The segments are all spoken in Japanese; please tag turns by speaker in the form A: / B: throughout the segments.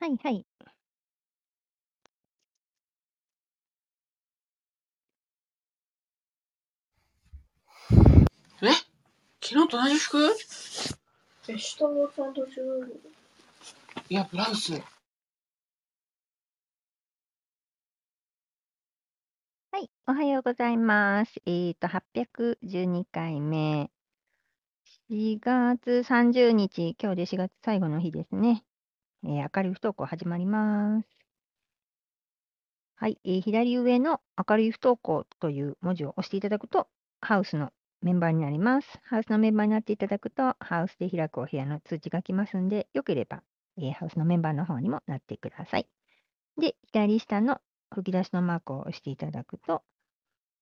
A: はいはい。
B: え昨日と同じ服
C: え、下もちゃんと違うよ。
B: いや、ブラウス。
A: はい、おはようございます。えっと、812回目。4月30日、今日で4月最後の日ですね。えー、明るい不登校始まります。はい、えー左上の明るい不登校という文字を押していただくと、ハウスのメンバーになります。ハウスのメンバーになっていただくと、ハウスで開くお部屋の通知が来ますんで、よければ、えーハウスのメンバーの方にもなってください。で、左下の吹き出しのマークを押していただくと、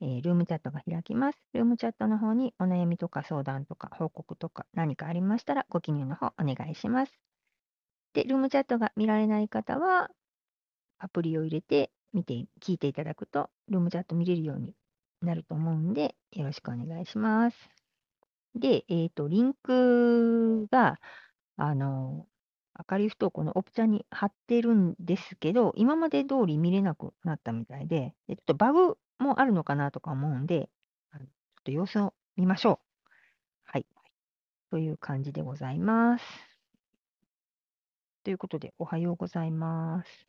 A: えールームチャットが開きます。ルームチャットの方にお悩みとか相談とか報告とか何かありましたらご記入の方お願いします。で、ルームチャットが見られない方はアプリを入れて見て、聞いていただくとルームチャット見れるようになると思うんでよろしくお願いします。で、えっ、と、リンクが、あの、明かり不登校のオプチャに貼ってるんですけど、今まで通り見れなくなったみたいで、でちょっとバグもあるのかなとか思うんで、あのちょっと様子を見ましょう。はい。という感じでございます。ということで、おはようございます。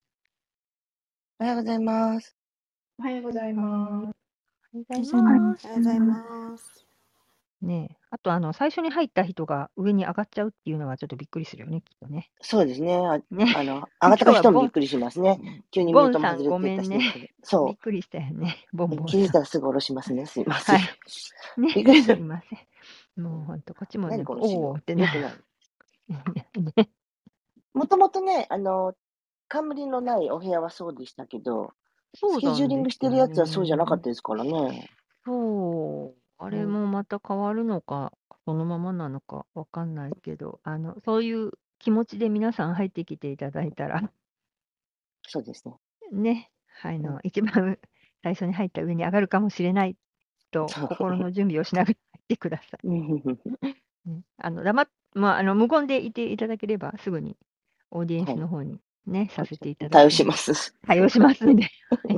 D: おはようございます。
C: おはようござい
A: は
C: ま
A: ーい。おはようござ
D: お
A: い
D: はようございま。
A: ますす。
D: おはようございます。
A: ねえ。あと、あの、最初に入った人が上に上がっちゃうっていうのはちょっとびっくりするよね、きっとね。
D: そうですね。あ
A: ね。
D: あの、上が
A: 今
D: った
A: 日は
D: 人も
A: ボ
D: びっ
A: ン、
D: くりしますね。急にミ
A: ボ
D: ュー
A: ン
D: トも
A: さん
D: 外れ
A: ご
D: て
A: め
D: た
A: んね。
D: 人が。
A: びっ
D: そ
A: くりしたよね。ボン
D: う。
A: ボン
D: 気づい
A: さん。
D: たらすぐ下ろしますね。すいませ
A: は
D: ん。
A: い。ね、
D: びっくりす
A: すい
D: る。
A: ません。もうほんと、こっちも
D: 何
A: ね、
D: この資
A: おお
D: 料。
A: って
D: よ
A: な。
D: くない。
A: ね、
D: もともとね、あの、冠のないお部屋はそうでしたけど、
A: そ
D: ス
A: う
D: ケ
A: な
D: ジュー
A: ん
D: リン
A: で
D: グ
A: す
D: して
A: よ
D: るやつはそうじゃなかっ
A: ね。
D: たですからね。
A: そう、あ
D: う
A: れ
D: ん。
A: もまた変わるのか、そのままなのかわかんないけど、あの、そういう気持ちで皆さん入ってきていただいたら、
D: そうですね。
A: ね、はい、
D: うん。
A: の、一番 最初に入った上に上がるかもしれないと、
D: そう。
A: 心の準備をしながら入ってくださ
D: うんうん
A: い。ね、あの、黙っ、まあ、あの、無言でいていただければ、すぐにオーディエン
D: は
A: ス
D: い。
A: の方にね、させていただ
D: 対応
A: く
D: し
A: ん
D: ま
A: で、
D: す。
A: 対応します んで、はい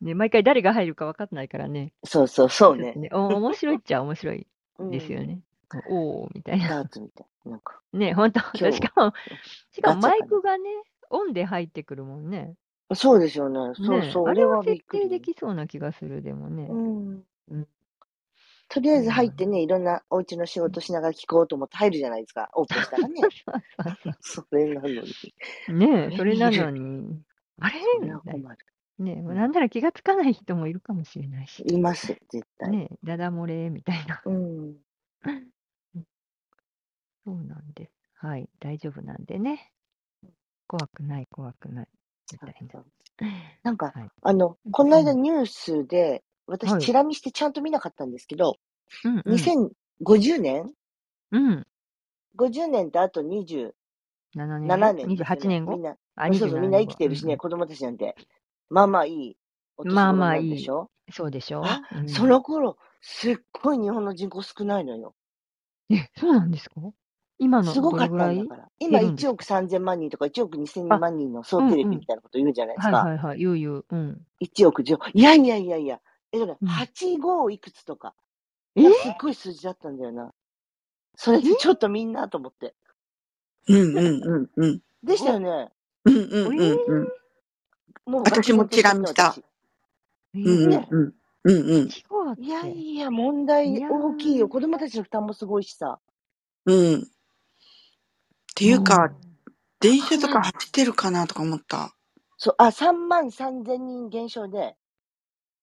A: ね、毎回誰が入るかわかんないからね、
D: そうそう、そう
A: ちょっと
D: ね。
A: ね、お、面白いっちゃ面白い
D: うん。
A: ですよね。おおみたいな。
D: ダーツみたい。なんか、
A: ね、本当
D: 今
A: し
D: 日、
A: かも、しか
D: ガ
A: も
D: チャ
A: マイ
D: かな。
A: クがね、オンで入ってくるもんね。
D: そうですよね。そう
A: ねえ、
D: そう。
A: あ
D: あ
A: れ
D: れ
A: は
D: はび
A: 設
D: っく
A: 定で
D: り。
A: きそうな気がする、でも
D: う
A: ね。
D: ん。
A: うん、
D: とりあ
A: そ
D: え
A: う
D: ず
A: な
D: 入っ
A: の。
D: てね、いろんなお家の仕
A: うん
D: 事しながら聞こうと思って入るじゃないですか。オープンしたら
A: そう
D: ね。
A: そうそう。
D: それなのに。
A: ねえ、
D: ね
A: それ
D: 見
A: な
D: る。
A: の に、あれ
D: それ
A: み
D: は
A: たい
D: 困
A: な。
D: る。
A: ねえ、もう
D: う。
A: んなんなら気がつかない人もいるかもしれないし。
D: います、絶対。
A: ねえ、ダダ漏れみたいな。
D: うん。
A: うんそうなんです。はい、大丈夫なんでね。怖くない、怖くない、み
D: そ
A: た
D: う
A: いな。
D: そう。なんか、
A: はい。
D: あの、
A: うん
D: この
A: う
D: 間
A: ん。
D: ニュースで、私、
A: はい。
D: チラ見してちゃんと見なかったんですけど、
A: うんうん。
D: 2050年
A: うん。
D: ?50 年ってあと27
A: 7年後
D: 年です
A: ?28 年
D: よね。み
A: 後
D: んな、
A: あ、
D: そうそう、
A: 27
D: みんな
A: 年
D: 生き
A: 後。
D: て
A: う
D: る
A: ん
D: しね、子供たちなんて。まあまあいいお
A: うん。
D: 年
A: まあ
D: 頃
A: まあ
D: ないんで
A: い。
D: しょ
A: そうでしょ
D: あ、
A: う
D: そ
A: ん。
D: の頃、すっごい日本の人口少ないのよ。
A: え、そうなんですか今の
D: すご
A: ど
D: か
A: れ
D: っ
A: ぐ
D: た
A: ら
D: んだ
A: い
D: から。
A: い
D: 今
A: るんで
D: 1
A: す
D: 億
A: か
D: 3000万人とか1億2000
A: あ、
D: 万人の総
A: うん
D: テレ
A: う
D: ビみ
A: ん。
D: たいなこと言うじゃないです
A: はい
D: か。
A: はいはい。言う言う。うん。
D: 1億10。いやいやいやいや。え、だから
A: うん。
D: 85いくつとか
A: え
D: がすっごい数字だったんだよな。それ
A: え
D: でちょっとみんなと思って。
E: うんうんうんうん。
D: でした
A: お、
D: よね。
E: うん
A: え
E: うん
A: ー、
E: うんうん。
D: もうガ
E: 私
D: チ
E: も
D: モテ
E: チ
D: で
E: ラ
D: す
E: 見
D: ね、
E: した。
D: 私。
E: う
A: え
E: ん
A: え
D: ね。
E: うんうんうんうん
A: ちごわっ
D: いや
A: て。
D: いや、問
A: い
D: 題
A: や
D: 大きいよ。
A: ー、
D: 子供たちの負担もすごいしさ。
E: うん。っていう
A: も
E: か、
A: う、
E: 電車
D: 3
E: とか
D: 万、
E: 走ってるかなとか思った。
D: そう、あ、3万3千人減少で、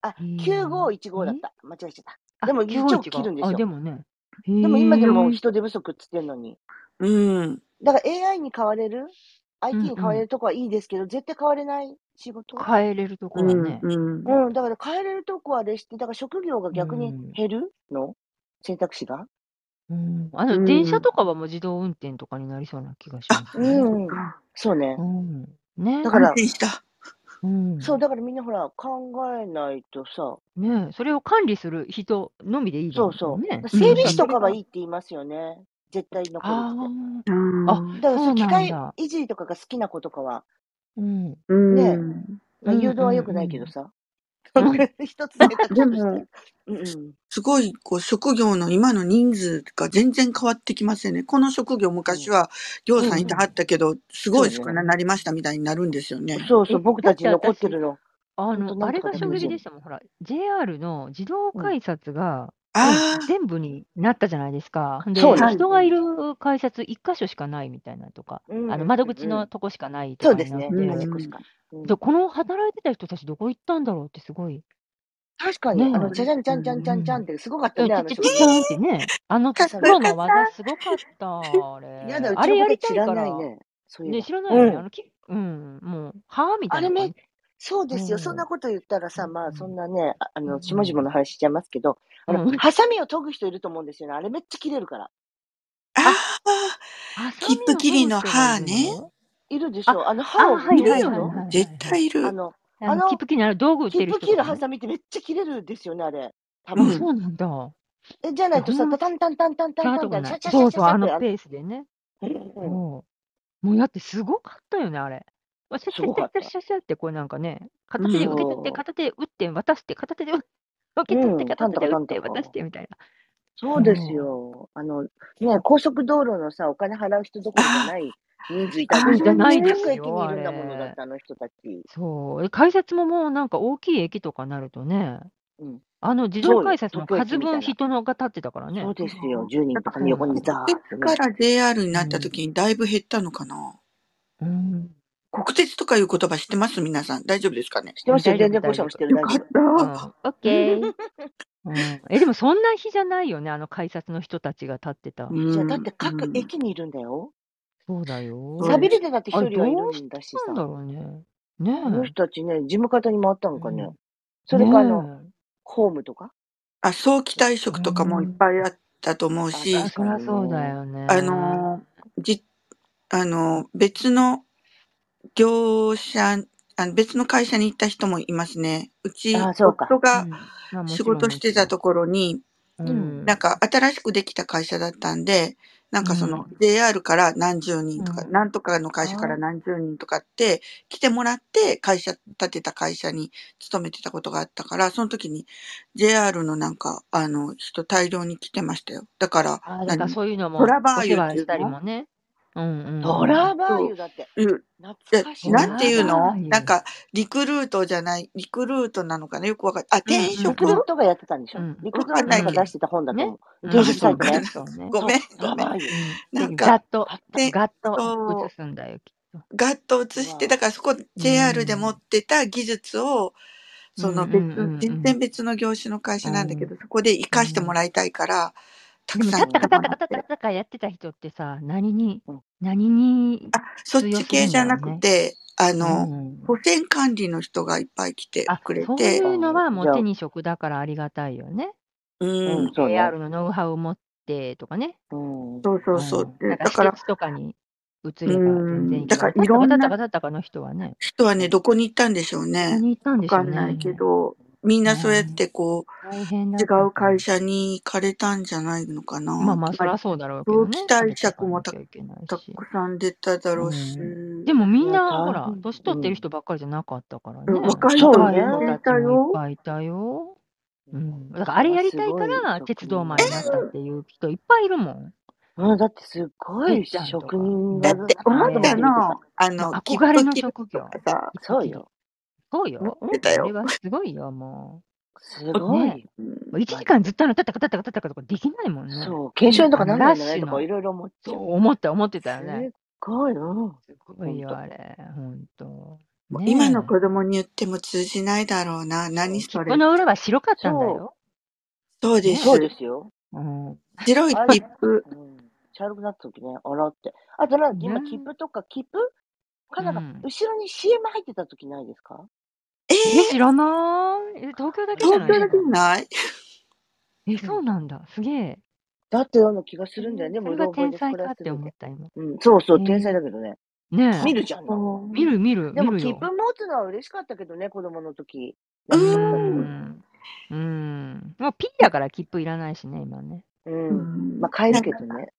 D: あ、
A: えー、
D: 9515だっ
A: え
D: た。間違えちゃった。で
A: あ、
D: も1億
A: 951
D: 切る
A: が。
D: んです
A: あ、
D: よ。
A: でもね。へ
D: でも今でも
A: え、
D: 人手不足っつってんのに。
E: うん。
D: だから AI に変われる
A: う
D: ?IT
A: ん
D: に
A: う
D: 変われ
A: ん。
D: るとこはいいですけど、絶対変われない仕事
A: 帰れるとこは
E: うん
A: ね。
E: うん。
D: うん、だから変えれるとこはあれして、だから職業が
A: う
D: 逆に
A: ん。
D: 減るの選択肢が
A: うん。あ
E: う
A: の、電車
E: ん。
A: とかはもう自動運転とかになりそうな気がし
E: あ、
A: ます
D: う
A: ね。
E: そっ
D: ん、
E: か。
D: そうね。
A: うん。
D: だ
A: ね。
D: か
E: 安
D: ら、
E: 心した。
A: う
D: そう、
A: ん。
D: だからみんなほら、考えないとさ、
A: ねえ、それを管理する人のみでいいで
D: そう
A: すもん
D: そう。
A: ね。
D: だから
A: う
D: 整
A: ん、
D: 備
A: だから
D: 士
A: そ
D: と
A: れ
D: かはい
A: が、
D: いって言いますよね。絶対残
A: あ
D: るって。
A: あ、
E: うん。
A: あ
D: だから
A: そうなんだ
D: 機械維持とかが好きな子とかは、
A: うん。
E: うん。
D: ね
A: うん
D: 誘導は良くないけ どさ。
A: うんうん
D: これ一つ選択肢
E: で
D: として
E: も、
D: うんうん。
E: すごい、こう、職業の今の人数が全然変わってきますよね。この職業、昔は、りょうさんいてはったけど、すごい少ななりましたみたいになるんですよね。
D: そうそ
A: え
D: う、僕たち
A: だって
D: 残
A: 私
D: ってるの。
A: あ
D: ほん
A: の、
D: とな
A: あ
D: ん
A: れ
D: と
A: が
D: かで
A: 衝
D: もいい
A: 撃でしたもん。ほら、JR の自動改札が
E: ああ、
A: 全部になったじゃないですか。で、
D: そう
E: です
A: 人がいる改札一箇所しかないみたいなとか、
D: うんうんうん
A: あの窓口のとこしかないと
D: そう
A: か
D: で
A: に
D: す
A: なっ
D: ね。
A: て、
E: うん
D: あそこしかうん
A: でこの働いてた人たちどこ行ったんだろうってすごい。
D: 確かに、
A: ねえ
D: あの、じゃじゃんじゃんじゃんじゃんじゃんってすごかった
A: うん
D: ね、
A: ちゃ
D: あの
A: ちゃち
D: 人
A: ゃちゃんってね、あの
E: かっ
A: プロの技すごかった、あれ。
D: やだ、う
A: あ
D: ちの
A: れや
D: 子で
A: りた
D: 知
A: いから
D: な
A: ら。
D: いね。そうい
A: ね、
D: う
A: 知らないよね。
E: うん
A: あのきうん、もう、はぁみたいな
D: あれめ
A: 感じ。
D: そうです
A: う
D: よ。
A: ん
D: そんなこと言ったらさ、ま
A: う
D: あ、
A: ん
D: そんなね、ああ
A: う
D: の、
A: ん
D: 下々の話しちゃいますけど、あ
A: うん
D: の、ハサミを研ぐ人いると思うんですよね。あれめっちゃ切れるから。
E: ああ、
A: ハサ
E: きっとキリの歯ね
A: ミを研ぐ人がいるの
D: いるでしょ。あの、
A: あ、
D: 歯を
A: はい
D: 見
A: は
D: る
A: いはい
D: 人
A: はい。
E: 絶対いる。
D: あの、
A: あの、
D: あの
A: 切符切りのあの道具売って
D: 切
A: る
D: 符
A: 人と
D: 切る
A: か、
D: ハ
A: ね。
D: サミってめっちゃ切れるんですよね、あれ。多
E: ミ
A: あ、
E: うん
D: 分。
A: そうなんだ。キ
D: えじゃないとさ、
A: うん
D: タタンタンタンタンタ
A: ャ
D: ン
A: ー
D: タ
A: と
D: ンタ
A: か
D: ン、
A: な
D: シャ
A: い。
D: シャシ
A: そ
D: ャ
A: う
D: シ
A: そう、
D: ャシャ
A: あ
D: って
A: の
D: やる。
A: ペースでね。
D: うんうん
A: もう、もうだってすごかったよね、あれ。わシャシャシャシャシャシャってこうなんかね、片手で受け取って、
D: そう
A: 片手で打って、渡して、片手で打って、受け取って、
D: うん
A: 片手で
D: な
A: 打っ
D: んと
A: て、
D: かな
A: 渡
D: んとか
A: してみたいな。
D: そうですよ。あの、ね、高速道路のさ、お金払う人どころじゃない人数いたんでしょ
A: あじゃないですよ
D: 各駅にいるんだも
A: あ
D: の
A: れ
D: だって、あの人たち。
A: そう。で改札ももうなんか大きい駅とかなるとね、
D: うん
A: あの自
D: そう
A: 動
D: よ
A: 改札も
D: 特
A: 数
D: 急みたい
A: 分
D: な
A: 人のが立ってたからね。
D: そうですよ。10人とかの横にザー
E: 国
D: ッと
E: 鉄
D: ね
E: か。ら JR になった時にだいぶ減ったのかな、
A: うん。
E: 国鉄とかいう言葉知ってます皆さん。大丈夫ですかね
D: 知ってました
A: 大
D: よ。
A: 丈夫
D: 全然誤射もしてる、
E: よ
D: 大
E: か
D: 丈
E: っ
D: 夫。
A: う
E: た。
A: ん。オッケー。 うん、えでもそんな日じゃないよね、あの改札の人たちが立ってた。
E: うん
D: じゃあ、だって各
E: うん
D: 駅にいるんだよ。
A: そうだよ。
E: そうです
D: 寂びれてだって一
A: あれ
D: 人はい
A: どう
D: る
A: し
D: んだした
A: んだ
D: さ。
A: ろうね。ね
D: あの
A: え。
D: 人たちね、事務方に回ったのかね。
A: うん
D: それか、あの、
A: ね
D: ホームとか。
E: あ、早期退職とかもいっぱいあったと思うし、
A: え、あそりゃそうだよね。
E: あのー、じ、あのー、別の業者、あの別の会社に行った人もいますね。うち、
D: あそうか
E: 夫が
A: うん
E: 仕事してたところ
A: う
E: に、
A: ん
E: なんか新しくできた会社だったんで、なんかその JR から何十人とか、
A: うん
E: なんとかの会社から何十人とかって来てもらって会社建てた会社に勤めてたことがあったから、その時に JR のなんかあの人大量に来てましたよ。だから、
A: あだからそういうのも
E: トラバー
A: お
E: 油
A: 世話したり
E: っていうの
A: もね。うんうんうん、
D: ドラバーユだって。
E: 何うん
D: 懐かしい。
E: えなんていう
A: トラ
E: の
A: バー油
E: なんか、リクルートじゃない、リクルートなのかなよくわかんない。あ、転
A: うん
D: リ
E: 職
D: クルートがやってたんでしょ
A: うん
D: リクル
E: わかんない
D: ー
E: け
D: ト
E: ど
D: が出してた本だと思う。
A: うん
D: 定食サイト
E: わか
D: ね
E: んない。
A: そうね。
E: ごめん
D: そ
E: ご
D: う、ドラ
E: めん
D: バーユ。
E: なんか
A: ガッと
D: あっ、た
E: で
A: ガッと
E: そう
A: 映すんだよ、きっと。
E: ガッと映して、だからそこ JR で持ってた技術を、その
A: う
E: 別、
A: んうんうんうん
E: 全然別の業種の会社なんだけど、そこで活かしてもらいたいから、た
A: で
E: く
A: も、た
E: さん
A: ったかたった
E: 頑張
A: かたったかやってた人ってさ、何に
D: うん、
A: 何に、
E: そっち系じゃなくて、あの、
A: うん
E: 保線管理の人がいっぱい来て
A: あ
E: くれ
A: そうい
E: て、
A: うのはも
D: じ
A: う
D: ゃあ
A: 手に職だからありがたいよね。
E: う
D: うんん、、そうね。
A: AR のノウハウを持ってとかね。。
D: うん。
E: そうそうそううんで
A: なんか
E: だから
A: 施設とかに移れば全然いいけど、
E: うんだからいろんな
A: たったかたったかの人はね、
E: 人はね、どこに行ったんでしょう
A: ここ
E: ね。
A: に行ったん
E: わ
A: でしょ
E: か
A: うんね。
E: ないけど、みんなそうやってこう、
A: 大変だ
E: 違
A: った
E: う会社に行かれたんじゃないのかな。
A: まあまあ、そりゃそうだろうけどね。
E: 同期退職も
A: たけない
E: たく
A: し。
E: さん出ただろうし。
A: うんでもみん
D: いや
A: な、ほ
D: 大変
A: ら、年取ってる人ばっかりじゃなかったからね。
E: うん若
D: い人
A: 若
D: ね
A: いたちもいっぱいいたよ。うん、だからあれやりたいから、鉄道前になったっていう人いっぱいいるもん。
D: うん、だってすご
A: て
D: い
A: っちゃんとか
D: 職人
E: だっ
D: 技
A: うん
E: て思
A: だ
E: っ
A: って
E: たよ
D: な
E: な。あの、
A: 憧れの
E: きっと
A: 職業。
E: きっとさ、
D: そうよ。
A: そうよ。
E: 出た
A: あれ
E: よ。
A: はすごいよ、も
D: すごい。
A: う。1時間ずっとあの、たたかたたかたたかとかできないもんね。
D: そう、検証とか何なんじゃない
A: ラッシュ
D: と
A: の
D: かいろいろ思っち
A: そ
D: ゃ
A: う
D: う。
A: 思った、思ってたよね。
D: すごい、うん。
A: すごいよ、
D: ほんと
A: あれ。ほんと。
E: もう
A: ねえ
E: 今の子供に言っても通じないだろうな。何そ
A: 切
E: れ
A: 符。の裏は白かったんだよ。
E: そうです。
D: そうですよ。
A: うん、
E: 白い切符。
D: うん。茶色くなった時ね、あらって。あとなんか今、
A: ね
D: 切符とか、切符かなんか
A: うん、
D: 後ろに CM 入ってた時ないですか
E: え
A: え、
E: ー
A: 知らない。え東京だけじゃな
E: 東
A: いの
E: 京だけじゃない
A: え、そうなんだ。すげえ。
D: だったような気がするんだよね、
A: そ
D: も
A: れ
D: う
A: が
D: ろ覚え
A: 天
D: で
A: 才かっ
D: こ
A: て
D: れは
A: 思
D: 全
A: ってた、今。
D: うん、そうそう
A: え、ー
D: 天才だけどね。
A: ね
D: 見
A: え。
D: るじゃん。
A: 見る見る
D: でも
A: 見る
D: 切
A: よ
D: 符。持つのは嬉しかったけどね、子供の時。
A: う
E: う
A: ー
E: ん
A: ん。うー ん。もう P だから切符いらないしね、今ね。
D: うん。まあ、買えるけどね。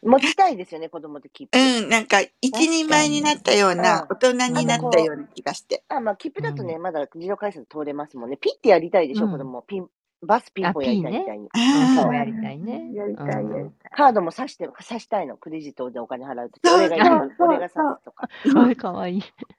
D: 持ちたいですよね、子供と切符。
E: うん、なんか一人前になったような、
D: う
E: 大人になったような気がして。
D: あ、まあ、切符だとね、まだ自動改札通れますもんね。ピッてやりたいでしょ、
A: うん
D: 子供。ピン、バスピンポンやりた
A: あ
D: い
A: ピンね
D: みたいに。
A: うん
E: あ
A: そ
E: あ
A: うやりたいね。
E: やりたいやり
A: うん
D: カードも刺して、刺したいの。クレジットでお金払うとき。
E: そう
D: 俺が一番、
C: そう
D: 俺が刺すとか。
A: かわいいかわいい。そういう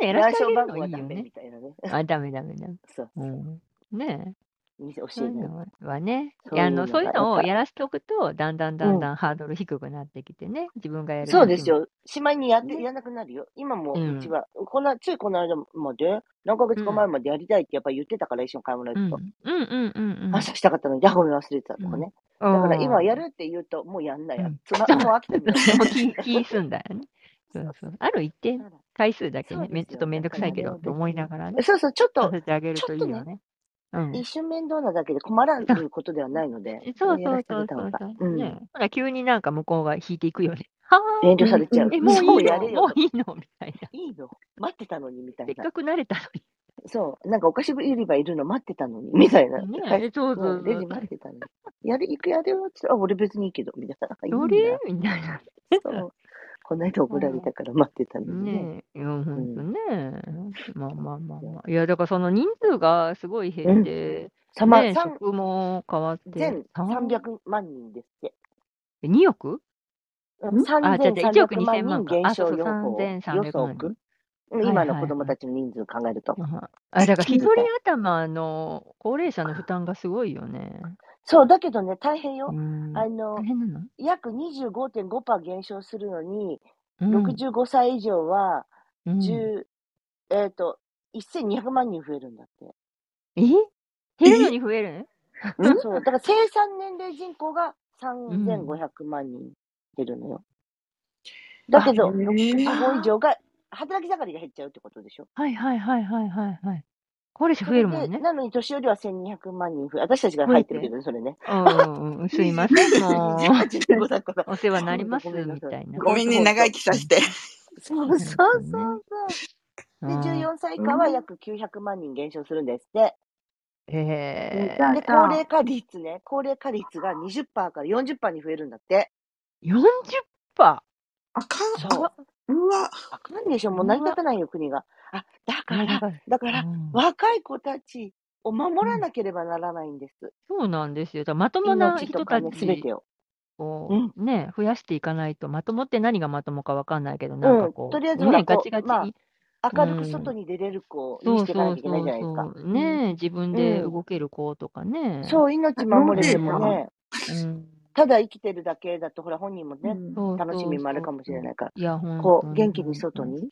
A: のやら
D: 暗
A: せてあ
D: 証
A: げる
D: 番号
A: の
D: はい
A: い
D: ダ
A: よ
D: メ
A: ね
D: み。たいなね。
A: あ、ダメダメダメ。
D: そう。
A: うん、ねえ、
D: 見て教
A: そう
D: え
A: いう
D: ない。
A: のはね、い
D: そう
A: や
D: い
A: あ
D: うの
A: の
D: が
A: そういうの
D: やっ
A: を
D: ぱ
A: やらせておくと、だんだんだんだんハードル低くなってきてね、自分がやる
D: そうです
A: 楽し
D: よ。しまいにやって、
A: ね
D: やらなくなるよ。今も
A: うん
D: うちは、この、ついこの間まで、何ヶ月か前までやりたいってやっぱ言ってたから、一緒に買い物
A: み。う
D: 行
A: ん
D: くと。、
A: うんうんうんうん。
D: 朝したかったのに、あ、ごめん忘れてたとかね。
A: だ
D: だから今やるって言うと、もうやんなや
A: うん。
D: つま、もう飽きてくるよ。
A: もう気気済んだよね。そうそう。ある一定回数だけね、
D: そうですよ
A: めんちょっとめんどくさいけ
D: だ
A: ど
D: からね
A: と思いながらね、
D: そうそう、ちょっ
A: さ
D: と、
A: せてあげるといいよね。うん。
D: 一瞬面倒なだけで困らることではないので、
A: そう
D: や
A: そ
D: ら
A: う
D: せてあ
A: そ
D: げ
A: う
D: た
A: そ
D: 方
A: う
D: が
A: そう。
D: うん
A: ねほら急になんか向こうが引いていくよね。はあ
D: 遠慮されちゃう。
A: え、もうい
D: そ
A: い
D: や
A: の
D: れよ
A: も
D: と
A: ういいのみたいな。
D: いいの待ってたのにみたい
A: せっ
D: な
A: か。く慣れたのに。
D: そう、なんかお菓子売り場いるの待ってたのにみたいな。
A: ね
D: はい
A: え、そうそ
D: も
A: う
D: う
A: そ
D: レ
A: う
D: ジ。待ってたのに。やる、行くやるよって言ったらあ、俺別にいいけど、みたいな。いい
A: ど
D: ん
A: れ
D: だ。
A: みたいな。
D: そう。この間怒られたから待ってたのにね。
A: ねえ、いや、ほんとね。まあまあまあまあ。いや、だからその人数がすごい減って、
D: さま、
A: ねえ、
D: 三
A: 職も変わって。
D: 全
A: 三
D: 300万人ですって。
A: 2億
D: うん
A: あ、じゃあ、じゃあ1億
D: 3300
A: 2000
D: 万
A: 万
D: 人
A: か。
D: 減
A: あ、そう
D: 少
A: そう、
D: 予報、予
A: 3300万
D: 測
A: 人。。
D: う
A: は
D: ん
A: いはい
D: 今の子供たちの人数考えると。
A: あ、あだから一
D: 聞い
A: 人
D: た
A: 頭の高齢者の負担がすごいよね。
D: そう、だけどね、大変よ
A: う。ん。
D: あ
A: 大
D: の、
A: 変なの
D: 約25.5%減少するのに、
A: うん
D: 65歳以上は
A: うん、
D: 10、えっ、と、1200万人増えるん だって。
A: え減るのに増える
E: うん
D: そう、だから生産年齢人口が3500万人減るのよ。だけど、65以上が、働き盛りが減っちゃうってことでしょ。
A: はいはいはいはいはいはい。高齢者
D: そ
A: 増え
D: れ
A: るも
D: で、
A: んね。
D: なのに年寄りは1200万人増え、私たちが入ってるけどね、それね。
A: うん うん、すいません、もう。
D: 28 15だから。
A: お世話になります
D: ごめんな
A: み
D: さい
A: たいな。
E: ごめんね、
D: ほんと
E: 長生きさせて。
D: そうそうそうそう。で、14歳以下は
E: うん
D: 約900万人減少するんですって。
A: え
E: うん
D: で、
E: じゃ
D: 高
E: あ
D: 齢化率ね、高齢化率が20%から40%に増えるんだって。
A: ー、40%?
E: あかん、
D: そう。
E: うわ。
D: あかんでしょ、もう成り立たないよ、国が。あ、だか
A: いやだ
D: ら、
A: から
D: だから、
A: うん
D: 若い子たちを守らなければならないんです。
A: そうなんですよ。だからまともな
D: 命
A: 人
D: とか
A: た
D: ね、すべ
A: ち
D: てを。
A: を、ね、増やしていかないと、まともって何がまともかわかんないけど、
D: ん
A: なんかこう、
D: とりあえずほら
A: ね、ガチガチ
D: こうま
A: に、
D: 明る
A: う
D: く
A: ん
D: 外に出れる子に
A: そ
D: し
A: う
D: ていか
A: そ
D: な
A: う
D: きゃいけない
A: そ
D: じゃ
A: う
D: ないですか。
A: そう、ね、自分で
D: うん
A: 動ける子とかね、
D: そう、命守れても
E: うん
D: ね、
A: うん、
D: ただ生きてるだけだと、ほら、本人もね、
E: うん
A: そう
D: 楽しみもあるかもしれないいから、
A: いや、本
D: こ
A: 当
D: う、
A: に
D: 元気に外に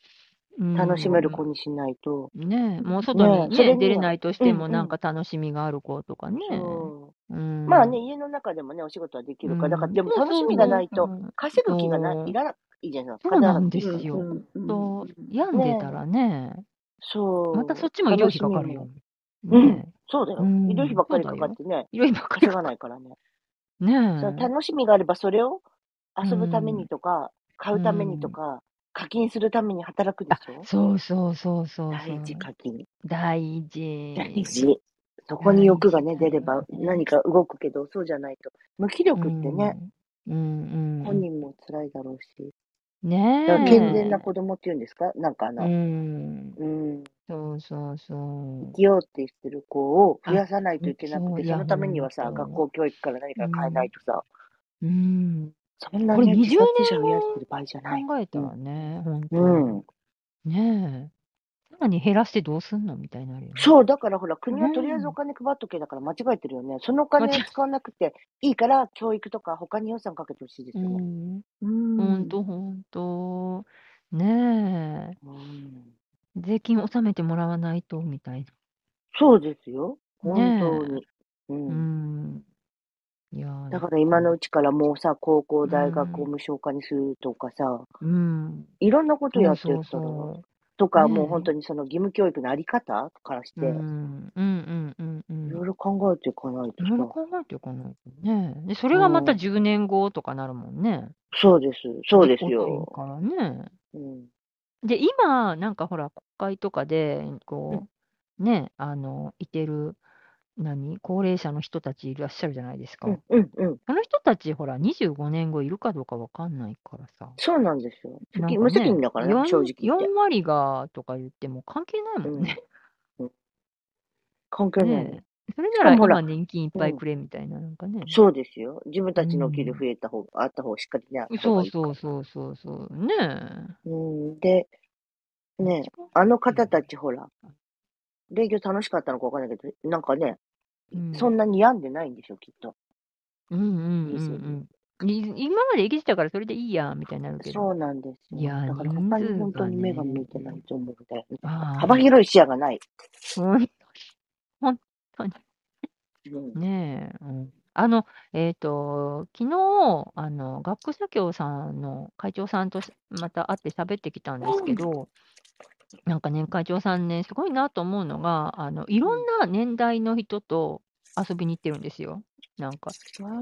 D: 楽しめる子にしないと、
A: うんね、もう外
D: ね
A: に、
D: えそ
A: ね、
D: れ
A: 出
D: に
A: れ
D: は、
A: ないとしても、
D: うんうん
A: なんか楽しみがある子とかね。
D: そう
A: うん、
D: まあね、家の中でもね、お仕事はできるから、だか
A: う
D: ら、
A: ん
D: でも
A: そう
D: 楽しみがない
A: そう
D: と、
A: そう
D: 稼ぐ気がな
A: そ
D: い、
A: う
D: いらないいじゃないですか。
A: そう
D: 金払
A: な
D: っ
A: ん
D: て
A: で
E: う
A: すよ。
E: んうん
A: そう
E: うん
A: 病んでたらね、
D: そう。
A: またそっちも医療費かかるよ
D: 楽し。みも。うん
A: ね、
D: そうだよ。
A: うん
D: 医療費ばっかりかかってね、
A: 医療費ばっかり
D: 稼
A: かか
D: がないからね。
A: る。ね
D: その楽しみがあれば、それを遊ぶためにとか、買うためにとか、課金するために働くで
A: あ
D: しょ
A: そうそうそうそうそう
D: 大事課金。
A: 大事
D: 大事。そこに欲がね、出れば何か動くけど、そうじゃないと。無気力ってね、
A: うんうんう
D: 本
A: ん
D: 人も辛いだろうし。
A: ね
D: だから
A: え
D: 健全な子供っていうんですかなんかあ
A: う
D: の、
A: ん
D: うん、
A: そうそうそう
D: 生きようってしてる子を増やさないといけなく
A: そう
D: て、
A: い
D: そ
A: や
D: のためにはさ、
A: 本当
D: 学校教育から何から変えないとさ、
A: うん
D: そんな
A: これ
D: ね、
A: 20
D: 自殺者増やしてる場合じゃない。
A: 考えたらね、本当
D: う
A: に
D: ん。
A: ねえさらに減らしてどうすんのみたいになるよね
D: そう、だからほら、国
A: う
D: は
A: ん
D: とりあえずお金配っとけだから間違えてるよね。そのお金を使わなくていいから、教育とか他に予算かけてほしいです
A: う
D: よね。
A: ん
E: うん
A: ほんとほんとねえ
D: うん、
A: 税金納めてもらわないとみたい
D: そうですよ。
A: ねえ
D: 本当に。うん
A: なうんいや
D: だから今のうちからもうさ、高校、大学
A: う
D: を
A: ん
D: 無償化にするとかさ、
A: うん
D: いろんなことやって
A: そ
D: る
A: う
D: から、
A: そう
D: とか、
A: ねえ
D: もう本当にその義務教育のあり方からし
A: そうう
D: て、
A: んうんうんうんうん
D: いろいろ考えていかないと
A: いろ
D: さ
A: いろ考えていかないとね。で、それがまた
D: うん
A: 10年後とかなるもんね。
D: そうです、そうです
A: って
D: よ。
A: ことやからね。
D: うん、
A: で、今、なんかほら、国会とかで、こう、ね、あの、いてる何高齢者の人たちいらっしゃるじゃないですか。
D: うんうんうん。
A: あの人たち、ほら、25年後いるかどうかわかんないからさ。
D: そうなんですよ。責
A: なんか
D: 無責任だからね、
A: 4
D: 正直言って。
A: 4割がとか言っても関係ないもんね。
D: 関係ない、
A: ねえそれな
D: しからもほら
A: 今年金いっぱ
D: う
A: い
D: ん
A: くれみたいな、なんかね。
D: そうですよ。自分たちのお給料
A: うん
D: 増えた方が、あった方がしっかりね、あった方
A: そ
D: が
A: う
D: いいか
A: そ
D: ら
A: うそうそうそう。ね
D: うん、で、
A: え。
D: ねえ、あの方たちほら、勉強楽しかったのかわかんないけど、なんかね、
A: うん、
D: そんなに病んでないんでしょ、きっと。
A: うんうん
D: 人生
A: うんうん。い今まで生きてたからそれでいいや、みたいになるけ
D: そ
A: ど。
D: うなんですよ。
A: いやー
D: だから
A: 人
D: 他に
A: 数が
D: 本当に目が
A: ね
D: 向いてないと思うんだよね。
A: あ
D: 幅広い視野がない。
A: い。うん本当に。
D: うん、
A: ねえ。うんあの、えっ、と、昨日、あの、学区社協さんの会長さんとしまた会って喋ってきたんですけど、なんかね、会長さんね、すごいなと思うのが、あの、いろんな年代の人と遊びに行ってるんですよ。なんか、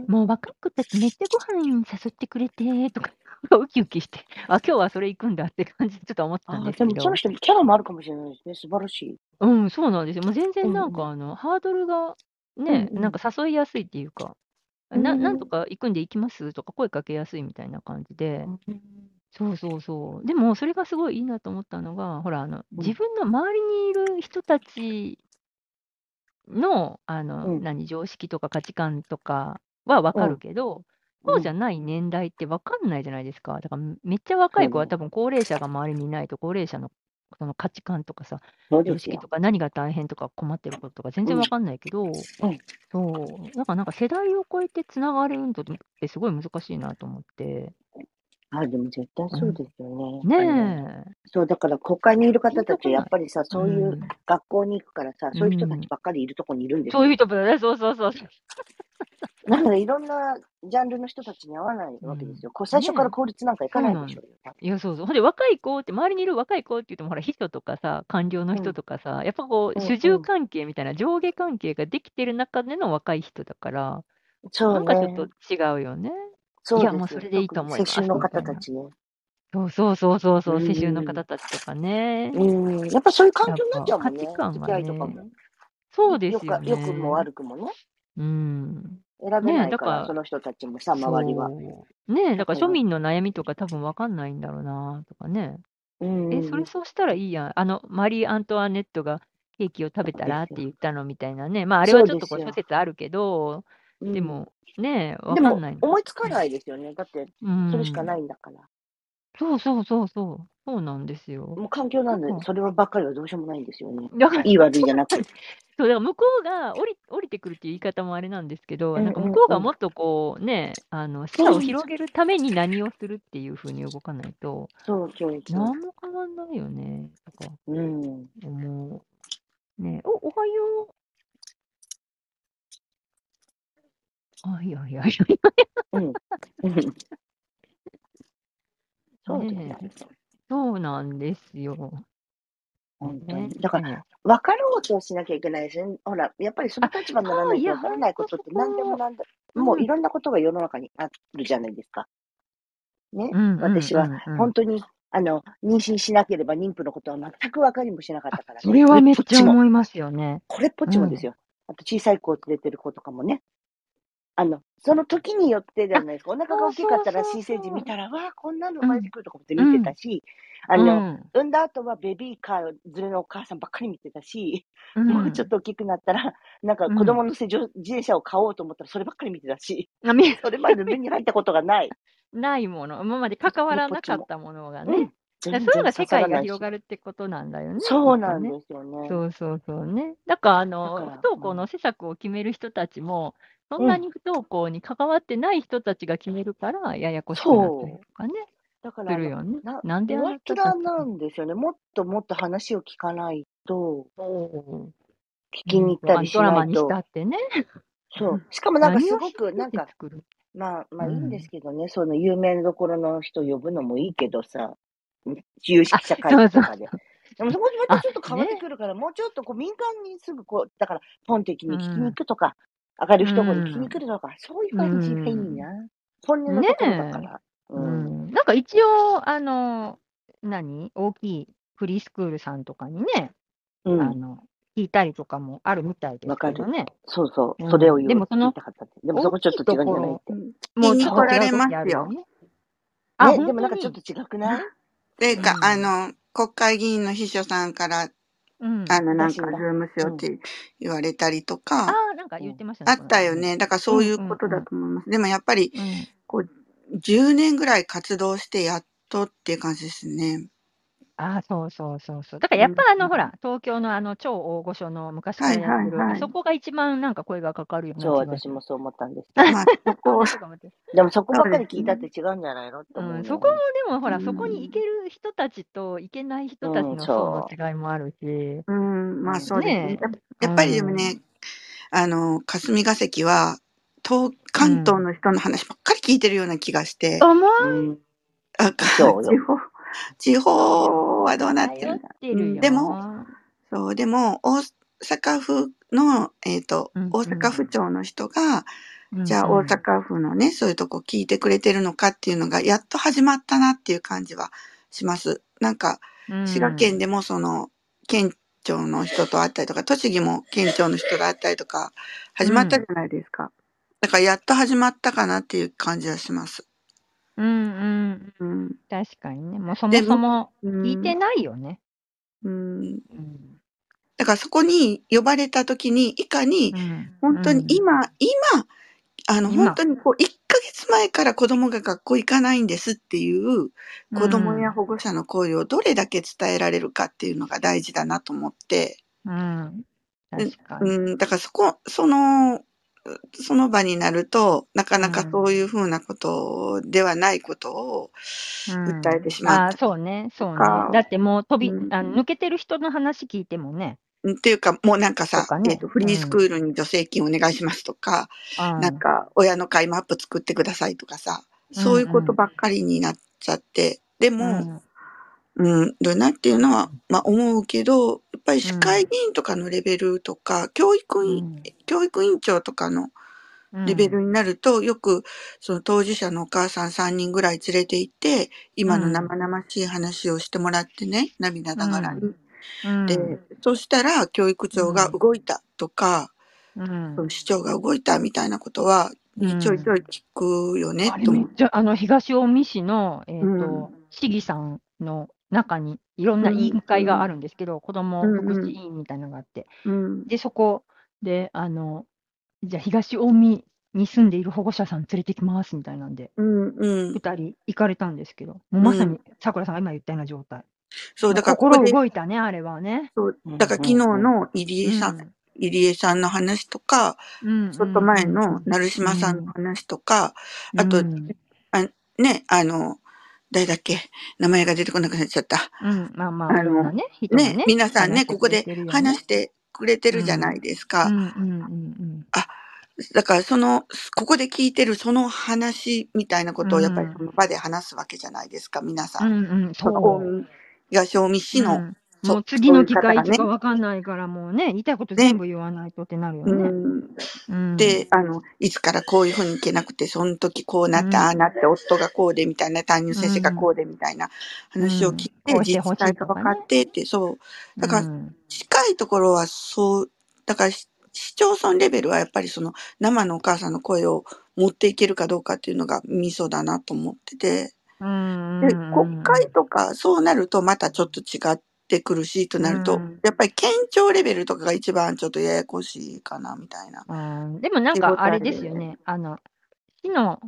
A: もう若い子たちめっちゃご飯誘ってくれて、とか、 ウキウキして、あ、今日はそれ行くんだって感じでちょっと思った
D: あ
A: ん
D: ー
A: です
D: で
A: け
D: もそ
A: ど
D: の。人、キャラもあるかもしれないですね。素晴らしい。
A: うん、そうなんですよ。もう全
D: うんう
A: 然
D: ん
A: なんか、あの、ハードルがね、
D: うんうん
A: なんか誘いやすいっていうか、な
D: うん
A: なんとか行くんで行きますとか声かけやすいみたいな感じで、そうそうそう。でも、それがすごいいいなと思ったのが、ほら、あの、自分の周りにいる人たちの、あの、
D: うん
A: 何、常識とか価値観とかはわかるけど、そうじゃ
D: ん
A: ない年代ってわかんないじゃないですか。だからめっちゃ若い子は
D: そうね
A: 多分高齢者が周りにいないと高齢者のその価値観とかさ、
D: そう
A: 常
D: です
A: 識
D: よ
A: と。か何が大変とか困ってることとか全然わかんないけど、
D: うん
A: そう、なんかなんか世代を超えてつながる運動ってすごい難しいなと思って。
D: あ、でも絶対そうですよね。あの
A: ねえ。
D: そう、だから国会にいる方たちはやっぱりさ、そういう
A: うん
D: 学校に行くからさ、そういう人たちばっかりいるとこにいるんですよ。
A: そういう人ばっかり、そうそうそうそう。
D: だからいろんなジャンルの人たちに合わないわけですよ。こう最初から公立なんか行かないでしょうよ。
A: いや、そうそう。ほんで、若い子って、周りにいる若い子って言っても、ほら、秘書とかさ、官僚の
D: う
A: 人
D: ん
A: とかさ、やっぱこう、
D: うん
A: 主従関係みたいな上下関係ができてる中での若い人だから、
D: そ
A: な
D: うんね
A: かち。ょっと違うよね。
D: そうです
A: いやもうそれでいいと思います
D: 特に青春の方たちね。
A: そうそうそうそうそう、
D: うんうん
A: 世襲の方たちとかね。
D: うん。やっぱそういう環境になっちゃうもんね。
A: やっぱ価値観
D: 付
A: が
D: き
A: ね
D: 合いとかも。
A: そうですよ
D: か
A: ね。
D: 良くも悪くもね。
A: うん。
D: 選べな
A: ねえだ
D: い
A: か
D: からら、その人たちもさ、周りは。
A: そう。ねえ、だから
D: だから
A: 庶民の悩みとか多分わかんないんだろうな、とかね。
D: うん
A: え、それそうしたらいいやん。あの、マリー・アントワネットがケーキを食べたらって
D: そうですよ
A: 言ったのみたいなね。まあ、あれはちょっとこう
D: そうで
A: 諸
D: す
A: 説あるけど、
D: うん
A: で、も、ねえ、わ
D: で
A: か
D: も
A: んないの。
D: 思いつかないですよね。だって、
A: うん
D: それしかないんだから。
A: そうそうそうそう。そうなんですよ。
D: もう環境なんで
A: なん、か
D: そればっかりはどうしようもないんですよね。
A: だから、
D: いい悪いじゃなくて。
A: そうだから向こうが降り降りてくるっていう言い方もあれなんですけど、
D: うんうん
A: なんか向こうがもっとこうね、あの視座を広げるために何をするっていうふうに動かないと、
D: そうそうそう。
A: 何も変わんないよね、とか
D: うん。
A: 思う。ねお、おはよう。あ、いやいやい
D: うん。
A: や、
D: そうです
A: ね
D: ね。
A: えそうなんですよ。
D: 本当
A: ね
D: に。だから、
A: ね
D: 分かろうとしなきゃいけないですね。ほら、やっぱりその立場にならな
A: あ
D: いと
A: そういや
D: 分からないことって
A: ほんと
D: 何でも何で
A: うん
D: も、もういろんなことが世の中にあるじゃないですか。ね。
A: うんうん
D: 私は
A: うんうん
D: 本当に、あの、妊娠しなければ妊婦のことは全く分かりもしなかったから、ね。
A: それはめっ
D: こ
A: ちゃ
D: も
A: 思いますよね。
D: これっぽっちもですよ。あと小さい子を連れてる子とかもね。あの、その時によってじゃないですか。お腹が大きかったら
A: そうそ
D: 新
A: うそう
D: 生児見たら、わあ、こんなの生まれてくるとかって見てたし、あ
A: う
D: の、
A: ん
D: 産んだ後はベビーカー連れのお母さんばっかり見てたし、
A: うん
D: もうちょっと大きくなったら、なんか子供のせ自転車を買おうと思ったらそればっかり見てたし、
A: あみ
D: それまで目に入ったことが ない。
A: ないもの、今まで関わらなかったものが
D: うん
A: ね。だからそういうのが世界が広
D: る。
A: がるってことなんだよね。
D: そうなん
A: きっとね
D: ですよね。
A: そうそうそうね。だから、あ
D: だ
A: の、
D: から
A: 不登校の施策を決める人たちも、そんなに不登校に関わってない人たちが決めるから、ややこしくなったりとかね、
D: だから
A: す
D: あの
A: るよね。
D: な
A: なんであ
D: お
A: の
D: あつ
A: 人た
D: ら
A: ち
D: なんですよね。もっともっと話を聞かないと、
A: を
D: 聞きに行ったりし
A: ドラ
D: な
A: マ
D: い
A: にし
D: と。
A: たってね。
D: そう。しかもなんか
A: 何
D: す
A: を
D: ごく、
A: 信じ
D: なん
A: て
D: か、
A: 作る
D: まあ、まあ
A: う
D: い
A: ん
D: いんですけどね、その有名どころの人呼ぶのもいいけどさ、有識者会議とかで。でもそこにまたちょっと変わってくるから、もうちょっとこう民間にすぐこう、だから、ポン的に聞きに行くとか、明るい懐に聞きに来るとか、そういう感じがいいな。本音のところだから。う。
A: うんん、なんか一応、あの、何大きいフリースクールさんとかにね、
D: う
A: あ
D: ん。
A: の、聞いたりとかもあるみたいですけどね。
D: そうそうう、
A: ん
D: それを言う
A: でもその
D: 言いたかったってでもそこちょっと違うんじゃないって。
A: もう
E: 気に
A: ちょっと
E: 来ら
A: 違
E: れ
A: う時
E: ます
A: あるよ
E: よ。
A: ね。あ、
D: ね、でもなんかちょっ
A: 本
D: と違くない
E: ていうか、
A: うん
E: あの、国会議員の秘書さんから、
A: 当にうん。
E: あの、なんか、ズ
D: らしいな
E: ームしようって言われたりとか、
A: ああ、なんか言ってましたね。
E: あったよ
A: この間。
E: ね。だからそういうことだと思います。でもやっぱり、
A: うん。
E: こう、10年ぐらい活動してやっとっていう感じですね。
A: ああ、そうそうそうそう。だからやっぱあの、
E: うん
A: ほら、東京のあの超大御所の昔か
E: は
A: ら
E: い
A: やってる、
E: はいはい
A: あそこが一番なんか声がかかるような
D: そう、
A: 気がす
D: 私
A: る。
D: もそう思ったんですけど。
E: まあ、そこ
A: あ、そうかもって
D: でもそこばっかり聞いたって違うんじゃないのって
A: う
D: 思うのよ
A: ん、
D: ね
A: そこもでもほら、そこ
E: うん
A: に行ける人たちと行けない人たち
D: うん
A: の層の
D: そ
A: 違いもあるし、
E: うん、まあそうですね。
A: ね
E: やっ
A: え
E: やっぱりでもね、あの、霞が関は、東、関東の人の話ばっかり聞いてるような気がして、
A: 思う
D: うん。
E: あか
D: そうよ
E: 地方、地方はどうなって
A: 偏
E: る
A: っ
E: んだ。
A: てるよ。
E: うんでも、そう、でも、大阪府の、えっ、と、
A: うんうん
E: 大阪府庁の人が、
A: うんうん、
E: じゃあ大阪府のね、そういうとこ聞いてくれてるのかっていうのが、やっと始まったなっていう感じはします。なんか、滋賀県
A: で、
E: でもその、県庁の人と会ったりとか、栃木も県庁の人と会ったりとか、始まったじゃないですか。だから、やっと始まったかなっていう感じはします。
A: うんうん、
E: うん。
A: 確かにね、もうそもそも
E: うん
A: 聞いてないよね。
E: うん。
A: うん
E: だから、そこに呼ばれた時に、いかに、
A: うん
E: 本当に今、今、あの、
A: 今
E: 本当にこう、1ヶ月前から子供が学校行かないんですっていう、子供や保護者の声をどれだけ伝えられるかっていうのが大事だなと思って、
A: うん、確かに。
E: うん、だからそこ、その、その場になると、なかなかそういうふうなことではないことを
A: うん
E: 訴えてし
A: あ
E: まっ
A: あ、
E: た。
A: そうね、そう
E: か
A: ね。だってもう飛び、
E: うん
A: あの抜けてる人の話聞いてもね。
E: っていうか、もうなんか
A: と
E: さ、
A: かね
E: えっ、と、フリースクールに助成金お願いしますとか、
A: あ
E: なんか、親の会マップ作ってくださいとかさ、そういうことばっかりになっちゃって、で
A: あ、
E: も、うん、どうなっていうのは、まあ思うけど、やっぱり市会議員とかのレベルとか、教育委員、教育委員長とかのレベルになると、よくその当事者のお母さん3人ぐらい連れて行って、今の生々しい話をしてもらってね、涙ながらに。
A: うん
E: で、そしたら教育長が動いたとか、
A: うん
E: その市長が動いたみたいなことは、
A: うん
E: ちょいちょい聞くよね
A: あ、れ
E: と
A: め
E: 思
A: っちゃ、あの、東近江市の、えっ、
E: う
A: と、市議さんの中に、いろんな委員会があるんですけど、子ども福祉委員みたいなのがあって、
E: う。うん。
A: で、そこで、あの、じゃあ東近江に住んでいる保護者さん連れてきますみたいなんで、
E: うんうん。
A: 2人行かれたんですけど、もうまさにさくらさんが今言ったような状態。
E: そう、だからここ
A: 心
E: で、
A: 動いたね、あれはね。
E: そう、だから昨日の入江さん、入江さんの話とか、
A: うん、
E: ちょっと前の
A: うん
E: 成島さんの話とか、
A: うん
E: あと
A: うん
E: あね、あの、誰だっけ名前が出てこなくなっちゃった。
A: うん、まあまあ、
E: あの
A: いろんなね、人が
E: ね
A: ね、、
E: 皆さん
A: 話し
E: ね、
A: て
E: こ
A: く
E: こ
A: れ
E: で
A: てるよね
E: 話してくれてるじゃないですか。
A: うんうんうん
E: だからその、ここで聞いてるその話みたいなことをやっぱりその場で話すわけじゃないですか、皆
A: う
E: さん。
A: ん。うんうん、そ。
E: そうの近江東近江市
A: う
E: の、
A: ん
E: そ
A: もう次の機会い
E: そう
A: つか
E: いう方がね。
A: わかんないから、もうね、言いたいこと
E: ね
A: 全部言わないとってなるよ
E: う
A: ね。
E: ん、
A: うん、
E: で、あの、いつからこういうふうにいけなくて、その時こうなっ
A: うん
E: た、ああなって、夫がこうでみたいな、担任の先生がこうでみたいな話を聞い
A: う
E: て、
A: んこうして
E: 自
A: ほ
E: 治
A: しい
E: 体
A: と
E: が
A: かね
E: 分かってって、そう。だから、
A: うん
E: 近いところはそう、だからし市町村レベルはやっぱりその生のお母さんの声を持っていけるかどうかっていうのがミソだなと思ってて、
A: うん
E: で、国会とかそうなるとまたちょっと違ってくるし、となると、
A: うん
E: やっぱり県庁レベルとかが一番ちょっとややこしいかな、みたいな。
A: うんでもなんかあれですよね、あの、市の、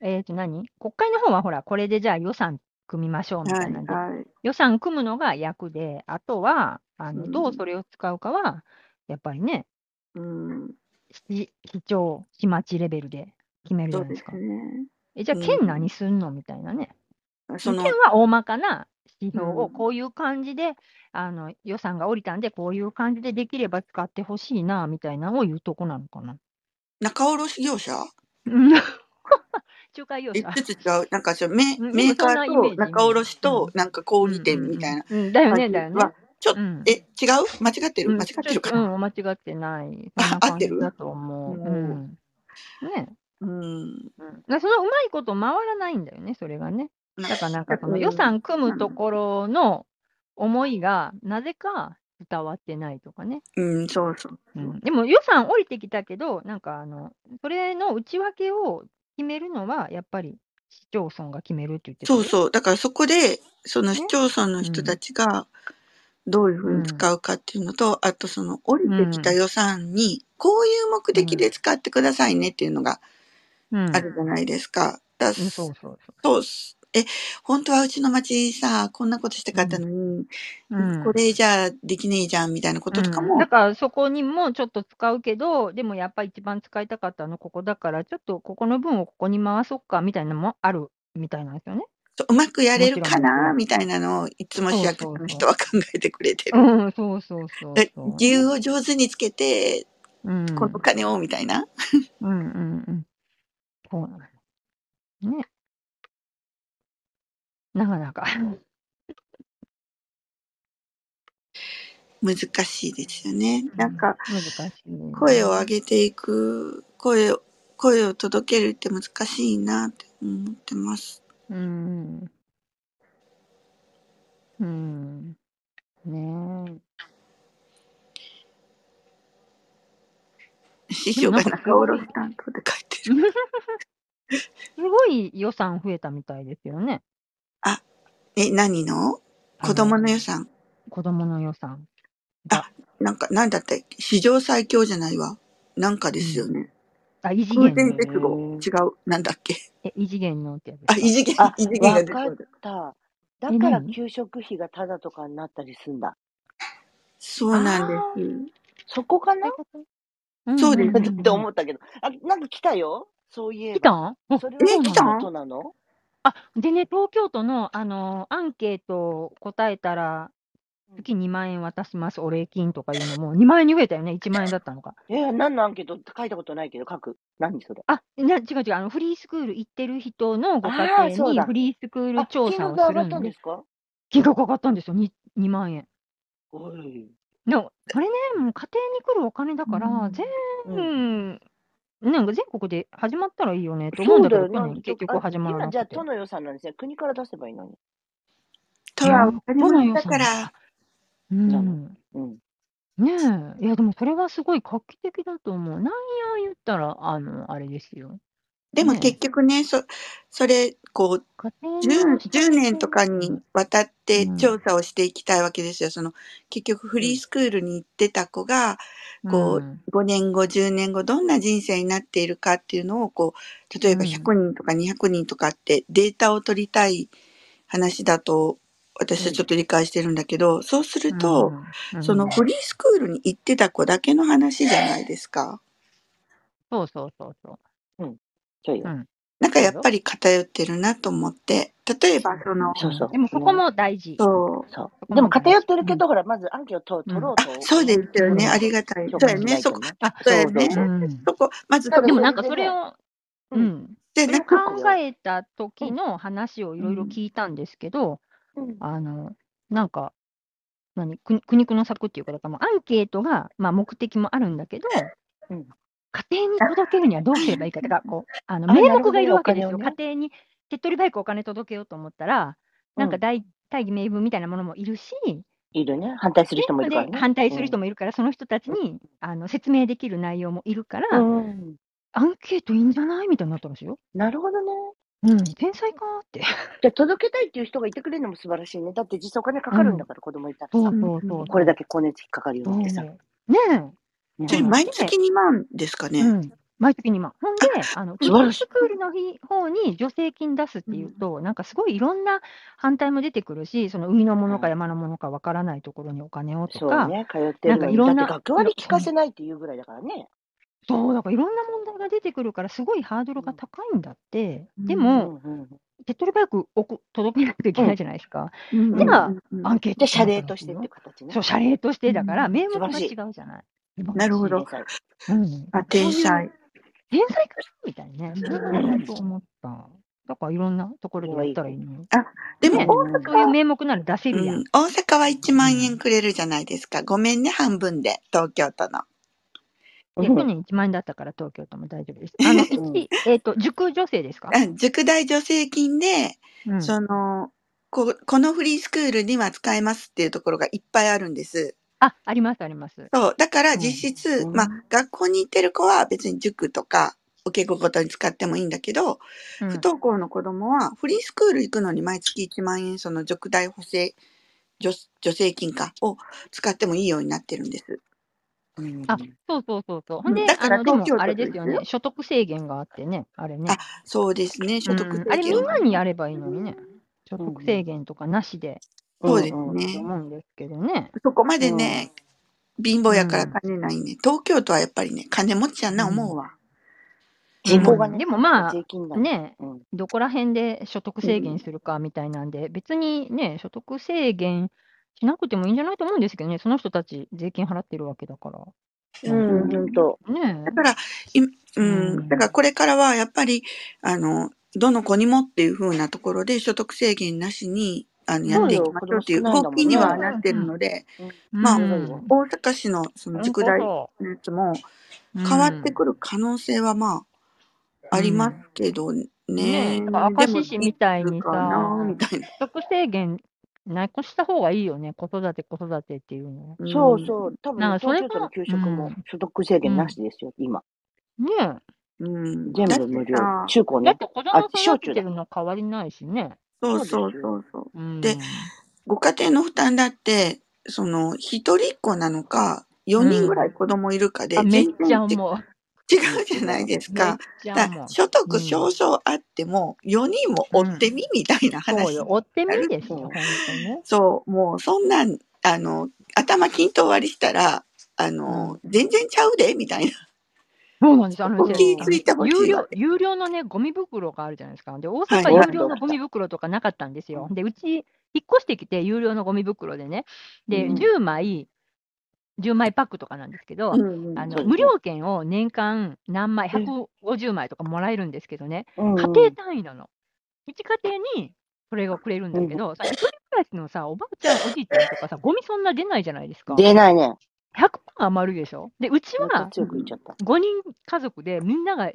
A: えっ、と何、国会の方はほら、これでじゃあ予算組みましょうみたいなんで、
E: はい、はい。
A: 予算組むのが役で、あとは、あの
E: うん
A: どうそれを使うかは、やっぱりね、
E: うん、
A: 市市長、市町レベルで決めるじ
E: そ
A: ゃ
E: う
A: ないで
E: ですす
A: か。
E: ね。
A: えじゃあ、
E: うん
A: 県何すんのみたいなね。
E: そ
A: 県
E: の、
A: は大まかな指標
E: う
A: を
E: ん
A: こういう感じで、あの予算が下りたんで、こういう感じでできれば使ってほしいなみたいなのを言うとこなのかな。
E: 仲卸業者
A: うん仲介業
E: え、ち
A: 者
E: ょっと違う。なんかそう、メ
A: うんで
E: メ
A: も
E: ーカ
A: そんな
E: ー
A: イメー
E: と
A: ジ
E: 仲卸と
A: イ
E: なんか小売店みたいな
A: うんうんうんうんだよ
E: 感
A: ね、
E: じ
A: だよね
E: は、。ちょっと、
A: うん
E: え、違う間違って
A: う
E: る
A: ん、
E: 間違ってるか
A: ちょ
E: な
A: っとうん、間違ってない。そんな
E: あ合っ
A: 感
E: て
A: じ
E: る
A: だと思う。
E: お
A: う
E: ー
A: ん、ね、
E: うん。
A: うん、だそのうまいこと回らないんだよね、それがね。だからなんかその予算組むところの思いが、なぜか伝わってないとかね。
E: うん、そうそう。
A: うん、でも予算降りてきたけど、なんかあの、それの内訳を決めるのは、やっぱり市町村が決めるって言ってた
E: そ
A: よ。
E: うそう。だからそこで、その市町村の人たちが、どういうふうに使うかっていうのと、あとその降りてきた予算に、こういう目的で使ってくださいねっていうのが
A: うん。
E: あるじゃないですか。
A: う
E: だ
A: ん、そうそうそ
E: そうっす。え、本当はうちの町さ、こんなことしたかったのに、
A: う。うん、
E: これじゃできねえじゃんみたいなこととかも、
A: うんだからそこにもちょっと使うけど、でもやっぱ一番使いたかったのここだから、ちょっとここの分をここに回そっかみたいなのもあるみたいなんですよね。
E: そううまくやれるか
A: もちろんもちろ
E: なんみたいなのをいつも市役所の人は考えてくれてる。
A: うん、 そうそうそう
E: え
A: そう。
E: 理由を上手につけて、
A: うん、
E: この金をみたいな。
A: うんうんうん。そうなの。ね。なかなか。
E: 難しいですよね。なんか、
A: 難しい、
E: 声を上げていく、声を、声を届けるって難しいなって思ってます。
A: うん。うん。ねえ。
E: 師匠が中おろし担当で書いてる。
A: すごい予算増えたみたいですよね。
E: え、何の子供の予算
A: 子供の予算。
E: なんか、なんだったっけ史上最強じゃないわ。なんかですよね。
A: あ、異次
E: 偶
A: 元
E: 然
A: の。
E: 絶後。違う。なんだっけ
A: え、異次元のってやつで
E: あ、
A: すか。
E: 異次元
D: あ、
E: 異次元が
D: わ
E: 出て
D: か
E: く
D: っ
E: る。
D: た。だ
A: え
D: から
A: 何
D: 給食費がタダとかになったりすんだ。
E: そうなんで
A: あ
E: す。
D: そこかな
A: そういうことうん
E: そうです
A: んんん
D: って思ったけど。あ、なんか来たよ。そういえ
A: 来た
D: ば。
A: ん
D: それ
E: え
D: は
E: 来た
D: どん
E: ん
D: なことなの
A: あ、でね、東京都の、あのーアンケートを答えたら、月2万円渡します、お礼金とかいうのも、2万円に増えたよね、1万円だったのか。
D: いや、何のアンケート書いたことないけど、書く。何それ。
A: あ、な違う違う、あの、フリースクール行ってる人のご
D: あ
A: 家
D: ーそ
A: 庭
D: う
A: に
D: だ
A: フリースクール
D: あ、
A: 調
D: 金
A: 査
D: 額
A: を
D: が
A: す
D: 上が
A: る
D: った
A: の
D: んで、
A: です
D: か
A: 金額上がったんですよ、2, 2万円。
D: おい。
A: でも、それね、もう家庭に来るお金だから、
E: うん
A: 全
D: うん。
A: なんか全国で始まったらいいよねと思う
D: そ
A: ん
D: う
A: だけ
D: だ
A: ど、
D: よ
A: 去
D: な。
A: 年結局
D: あ
A: 始まら
D: 今、
A: な
D: じゃ
A: く
D: あ、
A: て
D: 都。の予算なんですね。国から出せばいいのに。
E: とは
A: う
E: わ
A: ん
E: かり
A: 都
E: ま
A: の
E: し
A: 予
E: たか
A: 算
E: ら。
A: う
D: なの
A: ん。
D: うん。
A: ねえ、いやでもそれはすごい画期的だと思う。なんや言ったら、あの、あれですよ。
E: でも
A: ねえ
E: 結局ね、そ、それ、こう、
A: 家庭にこう
E: 10,
A: して
E: 10
A: ほし
E: 年とか
A: い
E: に
A: の
E: わたって
A: うん
E: 調査をしていきたいわけですよ。その結局フリースクールに行ってた子が、こ
A: ん
E: う5年後、10年後どんな人生になっているかっていうのをこう、例えば
A: うん
E: 100人とか200人とかってデータを取りたい話だと私はちょっと理解してるんだけど、そうすると、
A: うん
E: その
A: うん
E: フリースクールに行ってた子だけの話じゃないですか。
A: そうそうそうそ
D: そう
A: う。う
D: よ。
A: ん。
E: なんかやっぱり偏ってるなと思って、例えばその、
D: そうそう。
A: でもそこ
D: ね。
A: も大事。
E: そう、
D: そ。
A: そうこ
D: でも
A: も大
D: 偏っ
A: 事。
D: てるけど、ほら、まずアンケートを取ろう
E: あ、
D: と
E: そう
D: 思
E: で
D: っ
E: すよ
D: て
E: ね。
D: る
E: ありがたい。
D: 人
E: そう
D: が
E: や
D: い
E: ね。
D: ない
E: そ
D: と
E: こ、
D: ね。
A: あ、
E: そうや
D: そうそう
E: ね。
D: そうう。
A: ん。
E: そこ、まず
D: 多
E: そ
A: で
E: こ
D: 分
A: も
D: そ
A: なん
D: れ
A: か
D: で
A: それ
D: ね、
A: を、
D: う。
A: うんん。
E: で、
A: そ
E: な
A: れ
E: ん
A: を
E: か
A: 考
D: 書くよ。
A: えた時の話をいろいろ聞いたんですけど、
D: うん。
A: あの、なんか、何苦苦肉の策っていうか、だからもうアンケートが、まあ、目的もあるんだけど、
D: うん。
A: 家庭に届けるにはどうすればいいかとか、こう あの
D: あ
A: 名
D: なるほ
A: 目
D: ど
A: がい
D: ね
A: るわけです
D: お金
A: よ、
D: をね
A: 家庭に手っ取り早くお金届けようと思ったら、なんか
D: うん
A: 大大義名分みたいなものもいるし、
D: いるね。反対する人もいるから
A: で
D: ね。
A: 反対
D: う
A: する
D: ん。
A: 人もいるから、その人たちにあの説明できる内容もいるから、
D: うん。
A: アンケートいいんじゃないみたいになったんですよ。
D: なるほどね。
A: うん、天才かーって。
D: じゃあ届けたいっていう人がいてくれるのも素晴らしいね。だって実際お金かかるんだから、子供いたら
A: そう
D: さ。
A: そうそう
D: こ
A: そ
D: れ
A: う。
D: だけ光熱費かかるようになってさ。
A: そうねえ、
D: うん
E: そ
A: そう
E: れ
A: なの。
E: 毎
A: で、
E: 月2万ですかね。
A: うん、毎月2万。ほんで、あのフ
D: 素
A: リ
D: 晴ら
A: ー
D: しい
A: スクールの日方に助成金出すっていうと、なんかすごいいろんな反対も出てくるし、その海のものか
D: うん
A: 山のものかわからないところにお金をと
D: そう
A: か、
D: ね。通って
A: なん
D: る
A: か
D: の
A: い
D: に。
A: ろ
D: だ
A: ん
D: って
A: な、
D: 学
A: い
D: 割
A: ろ
D: 聞
A: そ
D: か
A: う
D: せないっていうぐらいだからね。
A: そう、だからいろんな問題が出てくるから、すごいハードルが高いんだって、で
D: うん
A: も、
D: うんうん。
A: 手っ取り早く送届けないといけないじゃないですか。
E: うん
A: じゃあ、
E: うんうんうん
A: アンケー
D: じゃ
A: ト
D: あ、
A: し
D: 謝
A: なく
D: 礼
A: な
D: と
A: る
D: してって
A: よ。
D: いう形ね
A: そう、。謝礼としてだから、
E: うん
A: 名目
D: 素晴ら
A: が
D: し
A: 違
D: いう
A: じゃない。素晴ら
E: なる
A: し
E: ほ
A: い。
E: ど
D: 天。才。
A: うん、
E: あ、
A: そ
E: 天
A: ういう
E: 才。
A: 天才かみたいなね。それは
D: うん
A: 本当思った。だからいろんなところでやったらいいのに。
E: でも
A: ね、
D: うん
A: そういう名目なら出せ
E: う
A: るやん。
E: ん、大阪は1万円くれるじゃないですか。ごめんね、半分で、東京都の。
A: で、去年1万円だったから東京都も大丈夫です。あの、一、
D: うん
A: えっ、と、塾女性ですか
E: うん塾代助成金で、
A: うん。
E: そのこ、このフリースクールには使えますっていうところがいっぱいあるんです。
A: あ、ありますあります。
E: そう。だか
A: う
E: ら
A: ん
E: 実質、
D: うん
E: まあ、学校に行ってる子は別に塾とか、お稽古ごとに使ってもいいんだけど、
A: うん
E: 不登校の子供はフリースクール行くのに毎月1万円その塾代補正助助成金かを使ってもいいようになってるんです。
D: うん
A: あ、そうそうそうそう。ほんで、
E: だから
A: あのでも
E: 東京都
A: あれですよ
E: です
A: ね、所得制限があってね、あれね。
E: そうですね、所得
A: うん
E: 制
A: あれみ
E: 限
A: ん
E: は
A: なにやればいいのにね、所
D: うん
A: 得制限とかなしで
E: そうです
D: うんう
A: と
D: ん
E: ね。
A: 思うんですけどね。
E: そこまでね、貧乏やから金ないね。東京都はやっぱりね、金持ちやな思うわ。
D: 人口が
A: う
D: ね、
A: んでもまあ
D: 税金だね。
A: ね
D: うん
A: どこら辺で所得制限するかみたいなんで、別にね、所得制限しなくてもいいんじゃないと思うんですけどね、その人たち税金払ってるわけだから。
D: うん、
E: うん
D: 本当。
A: ね
E: だから、いうん、
A: うん
E: だからこれからはやっぱり、あの、どの子にもっていう風なところで所得制限なしに、あの、やっていきましょうっていう
D: そうよ子供少ないんだ
E: 法
D: も
E: 規
D: んね
E: にはなってるので、
A: え。
E: まあ
A: うん、
E: 大阪市のその塾代の
A: 本
E: やつも
A: 当そう
E: 変わって
A: うん
E: くる可能性はまあ、ありますけどね。
A: ねえ、
E: で
A: だから
E: も
A: 明石市みたいに
E: いつかな
A: さ、
E: みたいな。
A: 所得制限なくした方がいいよね、子育て、子育てっていうの。
E: うん
D: そうそう。多分、
A: なんかそれ
D: 東
A: も
D: 京都の給食も
A: うん
D: 所得制限なしですよ、今。
A: ねえ、
E: うん。
D: 全
E: だっ
D: 部無
E: て
D: 料
E: さ。、
D: 中高
A: だっ
D: ね。
A: て子
D: あ
A: 供育ててるの変わりないしね。
E: そうそう
D: そうです
E: そうそう。
A: うん、
E: でご家庭の負担だって、その、一人っ子なのか、4人ぐらい子供いるかで、
A: あめっ
E: 全
A: ち
E: 然
A: ゃ
E: 違
A: 思う。
E: うじゃないです
A: めっ
E: か。
A: ちゃ
E: だか
A: 思
E: ら
A: う。
E: 所
A: うん
E: 得少々あっても、4人も追ってみみたいな
A: そう
E: 話
A: よ、
E: に
A: 追ってみ
E: なる。
A: ですよ、ほんとね。
E: そう、もうそんなん、あの、頭均等割りしたら、あの、全然ちゃうで、みたいな。
A: そうなんです。あの
E: お
A: ね、
E: 気ぃついてほし
A: 有
E: いわ
A: 料
E: け。
A: 有料のね、ゴミ袋があるじゃないですか。で、大
E: はい
A: 阪、
D: はい
A: 有料のゴミ袋とかなかったんですよ。
D: う
A: で、うち、引っ越してきて、有料のゴミ袋でね、で、
E: うん
A: 10枚、10枚パックとかなんですけど、
E: うんうん
A: あ
D: そ
A: の
D: うですね
A: 無料券を年間何枚、
D: え
A: 150枚とかもらえるんですけどね、
D: うん
A: 家庭単位なの。うち家庭にそれがくれるんだけど、さ一人暮らしのさ、おばあちゃん、おじいちゃんとかさ、ゴミそんな出ないじゃないですか。
D: 出ないね。
A: 100パー余るでしょ。で、うち
D: もっ
A: は
D: と強く言っちゃった。
A: 5人家族でみんなが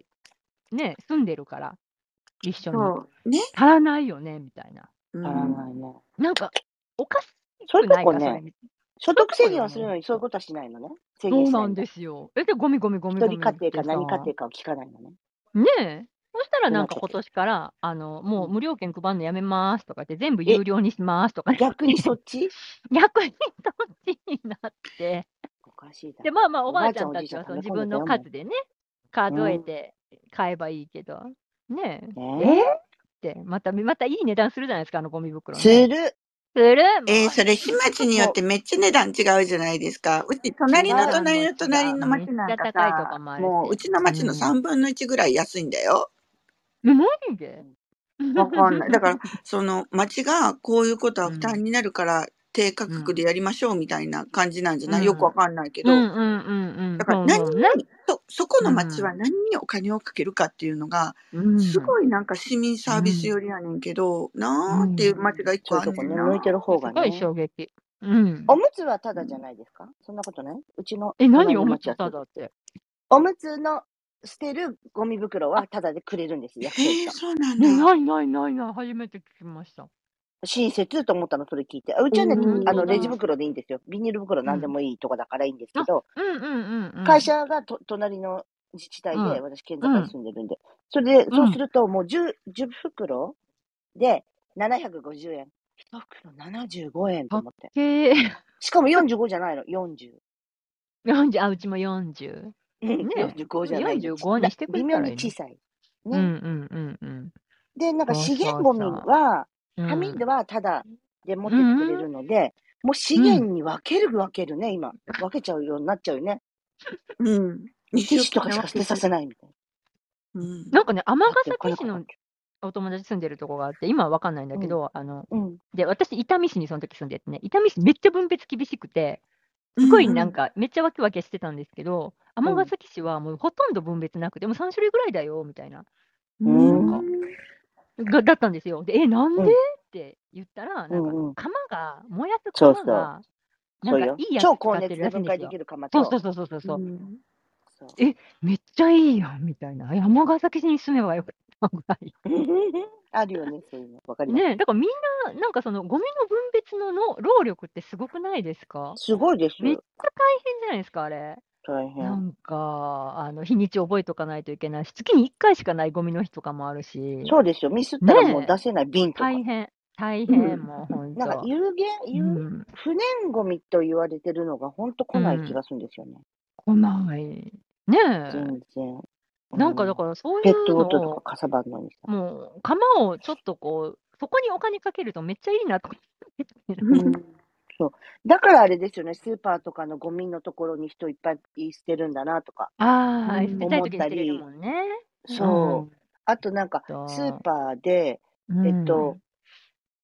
A: ね、住んでるから、一緒に。
E: そう。ね。
A: 足らないよね、みたいな。
E: う
D: 足ら
E: ん
D: ないね。
A: なんか、おかし
D: そうい
A: く
D: うと
A: ない
D: こ
A: か、
D: ね
A: それ。
D: 所得制限はするのに、そういうことはしないのね。制
A: そ
D: 限
A: う
D: し
A: な
D: ない
A: ん
D: んだ。
A: ですよ。え、で、ゴミゴミゴミ
D: 一
A: ゴミ
D: 人家
A: っ
D: 庭
A: て
D: か
A: さ
D: 何家庭かを聞かないのね。
A: ねえ。そしたらなんか
D: そうな
A: 今
D: っ
A: 年
D: ちゃって
A: から、あの、もううん無料券配るのやめますとかって、全部
D: え
A: 有料にしますと か、
D: 逆にそっち
A: 逆にどっちになって。
D: おかしいだ
A: で、
D: ろ。
A: まあまあ、お
D: お
A: ば
D: ば
A: あ
D: あ
A: ち
D: ち
A: ゃん
D: ゃん
A: た
D: おじい
A: ち
D: ちゃん
A: はその自
D: 溜め込
A: 分
D: んでた
A: の
D: よもう
A: 数でね、数えて買えばいいけど、ねえ。
D: ね
A: って、また、またいい値段するじゃないですか、あのゴミ
D: え
A: 袋
D: す
A: ね。
D: る。
A: するもう
E: えー、それ市町によってめっちゃ値段違うじゃないですか。うち、隣の
D: 違う
E: 隣の隣の町
A: 違う
E: な
A: めっち
E: ん
A: ゃ
E: か
A: 高いとこ
E: さ、
A: もあるし
E: もううちの町の
A: うん
E: 3分の1ぐらい安いんだよ。
A: え、マジで
E: わかんない。だ から、その町がこういうことは負
A: う
E: 担になるから低価格でやりましょうみたいな感じなんじゃない、よくわかんない け
A: うん
E: ど。
A: うんうんうん。
E: だから
A: そう
E: 何
A: そう
E: に、
A: ね。
E: そ、そこの町は何にお金をかけるかっていうのが、
A: うん
E: すごいなんか市民サービス寄りやねんけど、なーっていう町が一
D: そう
E: 個あ
D: いうんと
E: ねん
D: こね、
E: な。
D: 抜いてる方
A: す
D: が
A: ごい
D: ね。
A: 衝撃。うん
D: お。むつはタダじゃないですかそんなことないうちの
A: え、何
D: 隣
A: お
D: の
A: む
D: 町は
A: つた
D: そうで
A: だ
D: す。
A: って。
D: おむつの捨てるゴミ袋はタダでくれるんです、役所行っ
E: へえ、
D: たの。
E: そうなんだ。
A: ね、ないないないない。初めて聞きました。
D: 親切と思ったの、それ聞いて。あうちはね、
E: うん
D: あの
A: 本当だ
D: レジ袋でいいんですよ。ビニール袋なんでもいいとかだからいいんですけど、
A: うんうんうんうん。
D: 会社がと隣の自治体で、
A: うん
D: 私、県境に住んでるんで、それで、そうすると、もう 10, 10袋で750円。1袋75円と思って。
A: 経 営。
D: しかも45じゃないの、40。
A: 40、あ、うちも40。
D: うん
A: ねえ
D: 45じゃないの。
A: 45にしてくれ
D: 微
A: た
D: 妙
A: らいい
D: に
A: ね
D: 小さい。
A: う
D: ね。
A: んうんうんうん。
D: で、なんか
A: そう
D: 資源
A: そ
D: ゴ
A: う
D: ミ
A: そう
D: は、
A: うん
D: 紙はただで持っててくれるので、もう資源に分ける分けるね、今。分けちゃうようになっちゃうよね。
E: うん。
D: ティッシュとかしか捨てさせないみたいな。
E: うん。
A: なんかね、尼
D: だって
A: 崎
D: お金か
A: 市
D: かる
A: のお友達住んでるとこがあって、今は分かんないんだけど、あの、
D: うん。
A: で、私、伊丹市にその時住んでてね、伊丹市めっちゃ分別厳しくて、すごいなんか、めっちゃワキワキしてたんですけど、尼、
D: うん
A: 崎市はもうほとんど分別なくて、もう3種類ぐらいだよ、みたいな、
E: うん、
A: なんかがだったんですよ。で、え、なんで、
D: うん
A: って言ったら、なんか、
D: うんうん
A: 釜が、燃やす
D: そう
A: 釜
D: そう
A: が、な
D: そ
A: んか
D: うよ。
A: いいやつ
D: 超
A: 使
D: 高
A: って
D: 熱
A: る
D: で
A: らしいん
D: 分
A: です
D: 解でき
A: よ。
D: る釜
A: そう
D: と、
A: そうそうそうそうそうう、
E: ん。
D: そう
A: え、めっちゃいいやん、みたいな。山ヶ崎市に住めばよかったぐらい。
D: あるよね、そういうの。わかります。
A: ねえだからみんな、なんかそのゴミの分別のの労力ってすごくないですか
D: すごいです
A: めっち
D: よ
A: ゃ。大変じゃないですか、あれ。
D: 大
A: な
D: 変。
A: んか、あの、日にち覚えとかないといけないし、月に1回しかないゴミの日とかもあるし、
D: そうですよ。ミスったらもう
A: ねえ
D: 出せない瓶とか。
A: 大変、大
E: う
A: 変、
E: ん
A: もう本
D: なんか、
A: 当。
D: 有限、
A: う
D: 有、
A: ん、
D: 不燃ゴミと言われてるのが本当来ない気がするんですよね。
A: 来ない。ねえ。
D: 全然。
A: なんか
D: う
A: だからそうい
D: ペット
A: う
D: ボ
A: の
D: トルとか
A: を、
D: かさばるのにさ。
A: もう、釜をちょっとこう、そこにお金かけるとめっちゃいいなとか。
D: うんそう。だからあれですよね、スーパーとかのゴミのところに人いっぱい捨てるんだなとか
A: あ
E: う
A: あ、
E: ん
A: 捨てたい
D: 思っ
A: 時に
D: た
A: 捨てれる
D: り、
A: もんね。
D: そう。
A: う
D: あとなんか、スー
A: と、
D: パーで、
A: う
D: えっ
A: ん。
D: と、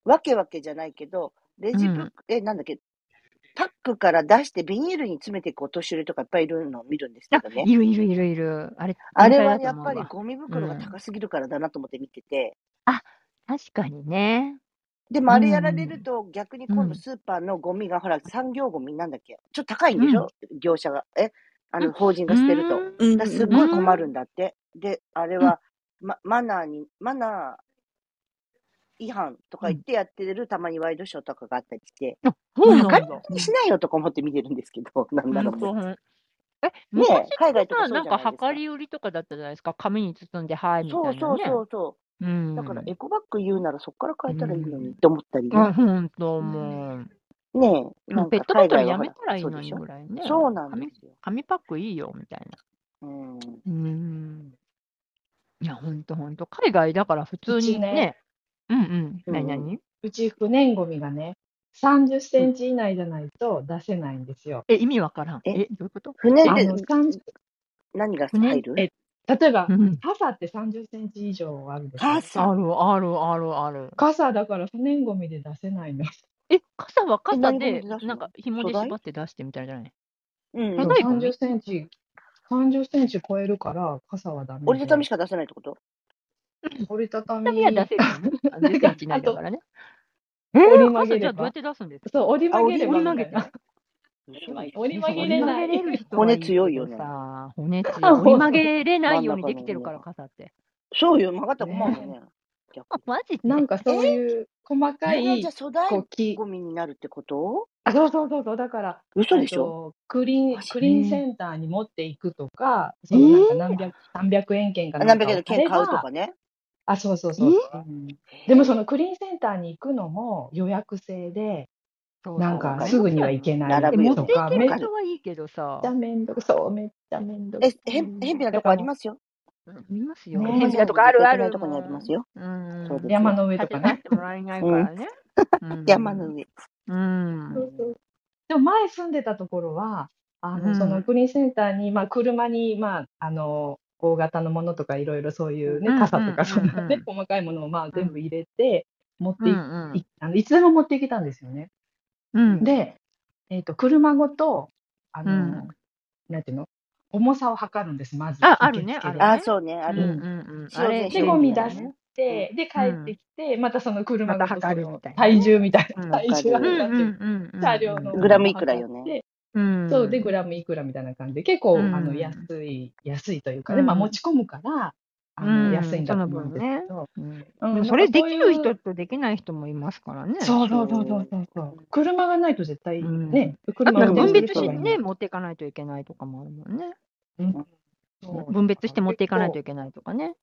D: わけわけじゃないけど、レジブッ
A: うん
D: ク、え、なんだっけ、パックから出してビニールに詰めていくお年寄りとかいっぱいいるのを見るんですけ
A: あ
D: どね。
A: いるいるいるいる。あれ、
D: あ
A: 天
D: れ
A: 才
D: は
A: だと
D: やっ
A: 思
D: ぱ
A: う
D: り
A: わ。
D: ゴミ
A: う
D: 袋が
A: ん。
D: 高すぎるからだなと思って見てて。
A: 確かにね。
D: でも
A: う
D: あれやられる
A: ん
D: と逆に
A: う
D: 今度
A: ん。
D: スーパーのゴミがほら産業ゴミなんだっけちょっと高いん
A: う
D: でし
A: ん。
D: ょ業者が。えあの法人
A: う
D: が捨てると。
A: ん。
E: うん
D: だからすっ
A: う
D: ごい
A: ん。
D: 困るんだって。で、あれ
A: うん。
D: は、ま、マナーに、マナー違反とか
A: う
D: 言っ
A: ん。
D: てやってるたまにワイドショーとかがあったりして、
A: あ、
D: もう
A: そう
D: 量
A: な
D: り
A: んだ。
D: 売りしないよとか思って見てるんですけど、なん
A: ほ
D: だろうんも
A: とほん。え、
D: う。ね
A: 昔っ
D: え、海
A: て
D: 外とか
A: さ、
D: そう
A: なん
D: じゃ
A: か
D: ないです
A: 量
D: か。
A: り売りとかだったじゃないですか。紙に包んで、はい、み
D: そ
A: た
D: う
A: いな
D: そう
A: ね。
D: そうそうう。だからエ
A: ん。
D: コバッグ言うならそっから変
A: う
D: えたらいいのにっ
A: ん。
D: て思ったりね。
A: あ、ほんと、
E: うん
A: もう。
D: ねえ、
A: も
D: な
A: うんペッ
D: か
A: トボ
D: 海
A: トル
D: 外は
A: や
D: ほ
A: め
D: ら、
A: たらいい
D: そう
A: の
D: でし
A: に
D: ょ
A: ぐらいね。
D: そうなんで
A: 紙、
D: すよ。
A: 紙パックいいよ、みたいな。
D: うん。
A: うん。いや、ほんとほんと。海外だから普
F: う
A: 通
F: ち
A: に
F: ね、
A: ね。うんうん。
D: う
A: なになん
D: うん。
A: に
F: うち不燃ゴミがね、30セ
A: うん。
F: ンチ以内じゃないと出せないんですよ。
A: え、意味わからん。
D: え、
A: え、どういうこと
D: 船っ
A: え
F: あ
D: て
F: の、三
D: 何が
A: 不燃
D: 入る
F: え、例えば、
A: うん。
F: 傘って30センチ以上あるでしょ
D: 傘
A: あるあるあるある。
F: 傘だから不燃ゴミで出せないの。
A: え、傘は
D: え、
A: 傘
D: 何ゴミ
A: で、
D: で出す
A: なん
D: の
A: か紐
D: 粗
A: で
D: 大
A: 縛って出してみたいじゃない。
D: うん
A: 粗
F: そう、
D: う
A: 大
D: ん。
A: ゴ
F: 30セ
A: ミ
F: ンチ、30センチ超えるから傘はダメ
D: 折りたたみ
F: で、
D: しか出せないってこと
F: 折りたた
A: 畳は出
F: み、
A: せるよね。あ10
F: なん
A: セン
F: か、
A: チ以内
F: あ
A: だ
F: と
A: からね。えー、
F: 折り曲
A: 傘
F: げ
A: じゃ
F: れ
A: あどうやっ
F: ば。
A: て出すんです
F: そう、
A: か
F: 折り
D: あ、
F: 曲げ
D: 折り、折
F: れば
D: り
F: み
D: 曲
F: た
D: げ
F: い
D: て。
F: な。
D: 嘘
F: 今
D: でしょ
F: 折
A: え、
F: り
A: そ
F: 曲
A: う、折り曲げれる人
D: 骨
F: げれない。
A: はいい
D: 強
A: け
D: いよ
A: ど
D: ね。
A: さ、骨強い。折り
F: そう
A: 曲
F: そう。
A: げれな
D: 真
A: い
D: ん
A: ように
D: 中
A: で
D: の
A: きてる
D: 骨
A: から
D: が。
A: 傘って。
D: そうよ、曲がったら困るもん
F: ね
D: ね。
A: あ、
D: 逆に。
A: マジ
F: え。なん
A: で
F: か
D: え
F: そういう細
D: あ
F: か
D: れはじゃあ
F: い、
D: 粗大
F: こう、木、
D: ゴミになるってこと
F: あ、そうそうそうそう、だから、
D: 嘘
F: え
D: で
F: っ
D: しょ
F: と、クリー
D: マ
F: ン、
D: ジ
F: ク
A: え
F: リーン
A: ー、
F: センターに持っていくとか、
A: え
F: そのなんか
A: ー、
F: 何百、何百円券か
D: あ、
F: なん
D: 何百
F: か
D: 円
F: を
D: の券
F: 買え
D: 買うと
F: ば、
D: かね。
F: あ、そうそう
A: え
F: そうそう。うん。でもそ
D: へ
F: の
D: え。
F: クリーンセンターに行くのも予約制で、
A: そう
F: な
D: あ、
F: ん
A: そう、
D: わか
F: か
A: めん
F: す
A: ど
D: る。
F: ぐ
A: く
F: に
A: さ
F: はい行
A: もん
F: けな
D: 並
F: い
A: ね。持
D: ぶ
A: っ
D: よ
A: て
F: と
A: い
D: ね。
F: か、
A: ける
D: わか
F: めっ
A: 人
D: る。
A: はいいけど
F: ちゃ
A: さ、
F: めんどく、そう、めっちゃめんどく
D: え、
F: さ
D: へん、
F: い。
D: へんぴら
F: だ
D: とか
F: か
D: らあり
F: も
D: ますよ。
A: 見ます
F: う、
A: よ。へんぴ
D: 車
F: ね
A: ら
D: じゃ
A: と
D: ない
A: かあ
D: と絶対
A: る
D: 行
A: あ
D: けない
A: る、
D: とこにありま
A: も
D: すよ。
A: う。う
D: そうで
A: ん。
D: す
F: 山
D: よ。
F: の上と
A: 立て
F: か
A: さ
F: ね。
A: せてもらえない
D: うん。
A: からね。う
D: 山の
A: ん。
D: 上。
A: う。
D: うん
C: そうそ
D: ん。。
C: う。
F: でも前住んでたところは、あ
A: う
F: の、その
A: ん。
F: クリーンセンターに、まあ、車に、まあ、あの、大型のものとかいろいろそういううん
A: う
F: ね、
A: んう
F: 傘と
A: ん
F: か
A: う
F: そんなね、
A: ん
F: 細かいものをまあ
A: う
F: 全部
A: ん。
F: 入れて、持っ
A: う
F: てい、
A: んう
F: い
A: ん。
F: あの、いつでも持っていけたんですよね。
A: う。
D: うんん。
F: で、えっと、車ごと、あ
A: うん。
F: の、なんていうの重さを測るんです、まず、
A: あ、あ
F: 受
A: るね、あ
F: 付
A: る
F: で。
D: あ、
A: ね。
D: そうね、あ
A: う
F: うん
D: る。
F: ん。
A: うんうん。
D: 使
A: あ
D: 用
A: れ、
D: 前
F: で、
D: 整
A: 整
F: ゴ
D: 理み
A: 理
F: ミ
D: た
F: 出
D: いな
A: の
D: ね。
F: し
A: ね。
D: うん。
F: て、で、帰
A: う
F: って
A: ん。
F: きて、またその
A: ま
F: 車
A: た
F: ごとそ
A: 測るみ
F: の
A: たいな
F: 体
A: ね。
F: 重みたいな、
A: うん、わ
F: 体
A: か
F: 重は
A: る。
F: 測っ
A: う
F: て、
A: んうんう
F: 車
A: んう
F: 両の
A: ん
D: グ
F: 重
D: ラ
F: さ
D: ム
F: を
D: いくら
F: 測っ
D: よね。
F: て、
A: う
F: そうで、
A: ん。
F: グラムいくらみたいな感じで、結
A: う
F: 構、あの、
A: ん。
F: 安い、安いという
A: う
F: かね、まあ、持
A: ん。
F: ち込むから、あの、安
A: う
F: い
A: ん、
F: んだ
A: そ
F: と
A: の
F: 思うん
A: 分
F: ですけ
A: ね。
F: ど、
A: うん。
F: う
A: でも
F: ん、
A: そ
F: なんか
A: れで
F: そう
A: き
F: い
A: る人
F: う、
A: とできない人もいますからね。
F: そうそうそうそう
D: そ。
F: そうそうう、車がないと絶
A: う
F: 対ね、
A: ん。だって
F: 車
A: な
F: 運
A: んか
F: 転
A: 分別
F: する人
A: し
F: が
A: て
F: い
A: ね、
F: ない。
A: 持っていかないといけないとかもあるもんね。
F: うん、
D: うん
F: そう、
A: 分
F: だ
A: 別
F: か
A: して
F: ら
A: 持っ
F: 結
A: ていかないと
F: 構、
A: いけないとかね。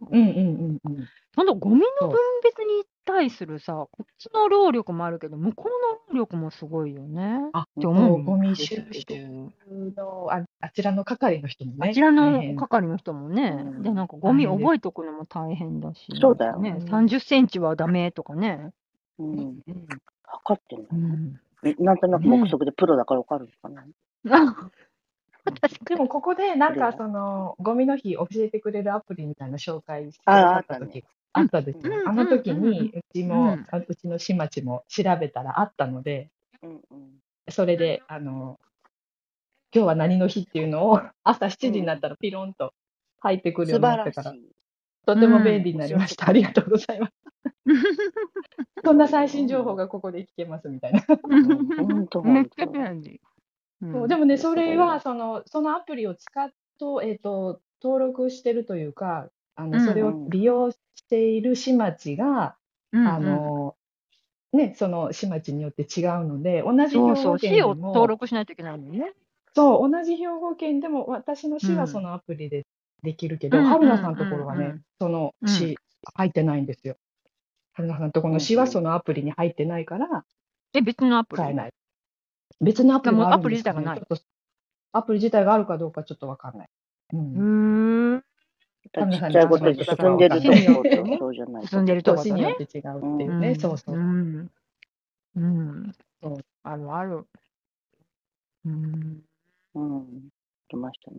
D: うん
F: うんうんうんうん、
A: そのゴミの分
F: そう。
A: 別に対するさ、こっちの労力もあるけど、向こうの労力もすごいよねっ
F: あ、
A: て
F: そ
A: 思う
F: う、
A: ん
F: ゴミ
A: で
F: 収
A: すけど。
F: 集のあ、あちらの係の人も
A: あ
F: ね、
A: ちら
F: 大
A: の
F: 変、
A: 係の人も
D: う
A: ね、で、なん
D: ん。
A: かゴ
F: 大
A: ミ
F: 変です。
A: 覚えとくのも大変だし、
D: そ
A: な
D: うんだ
A: か
D: よ。
F: う
A: ね、
F: ん、
A: 30センチはダメとか ね。
D: う
F: うん
D: ん。
F: うん、
D: 測ってんだ
A: う
D: ね。
A: ん。
D: なんとなく憶
A: ね
D: 測でプロだからわかるのかな。
A: え。 あ、
D: うん。
A: 確
F: で
A: かに。
F: もここでな
D: プ
F: ん
D: レイ
F: か
D: ヤー。
F: そのゴミの日教えてくれるアプリみたいな紹介して
D: あ
F: くだ
D: あ、あ
F: さっ
D: ったたね。
F: 時
A: う
F: あ
A: ん、
F: ったでしょあ
A: う
F: の
A: ん、う
F: 時
A: ん、
F: にうち
A: うん、う
F: も
A: ん。
F: あうちの市町も調べたらあったので
D: うんうん。
F: それであの今日は何の日っていうのを 朝
D: う
F: 7時に
D: ん
F: な
D: う
F: っ
D: ん。
F: たらピロンと入ってくるよ
D: 素
F: うにな
D: 晴
F: った
D: ら
F: か
D: し
F: ら
D: い。
F: と
A: う
F: ても便
A: ん。
F: 利になり
D: 教え
F: ましてた
D: く
F: あ
D: れ
F: りが
D: る。
F: とうご ざいます
D: す
F: そ
D: ご
F: んない最
D: よ
F: 新情報
D: ね。
F: がここで聞けますみたいな
D: うん、ほんとほ
A: めっ
D: ん
A: ちゃ
D: と。
A: 便利。う
F: そうで
A: ん。
F: もね
D: いや、
F: そ
D: す
F: れ
D: ごい
F: は
D: わ。
F: そのそのアプリを使っと、えっと登録してるというかあ
A: う
F: のそれ
D: う
A: ん。
F: を
D: ん。
F: 利用している市町が、
A: うんうん
F: あの、ね、その市町によって違うので、同じ
A: そう
F: 兵
A: そ
F: 庫
A: う、
F: 県で
A: 市を
F: も、
A: 登録しないといけないもんね。
F: そう、同じ兵庫県でも、私の市
A: うん
F: はそのアプリでできるけど、
A: うん
F: 春菜さんのところは
A: うんう
F: ね
A: ん、
F: その
A: うん
F: 市、入ってないんですよ。春菜さんのところの市
D: う
F: は
D: んうん
F: そのアプリに入ってないから、
A: え、別のアプリ
F: 使えない。別のアプリがあるんですかね
A: でもアプリ自体がない
F: ちょっとアプリ自体があるかどうかちょっとわかんない。うん
A: うーん。
D: ちっちゃいことで進んでるとこと
A: うん
D: そうじゃないと
A: 進んでると
F: と
A: こ
F: 市
A: と
F: によ
A: ね
F: っ。て違うっていうね、
A: ん
F: そうそう。
A: ん。うん。
F: そう
A: あるある。うん。
D: うん。来ましたね。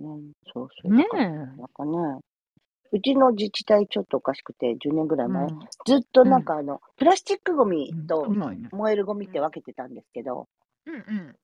D: そうそう。
A: ねえ。
D: なんかね、うちの自治体ちょっとおかしくて、10年ぐらい前、
A: うん
D: ずっとなんかあの、プラスチックゴミと
A: うまいね。
D: 燃えるゴミって分けてたんですけど、
A: うんうん。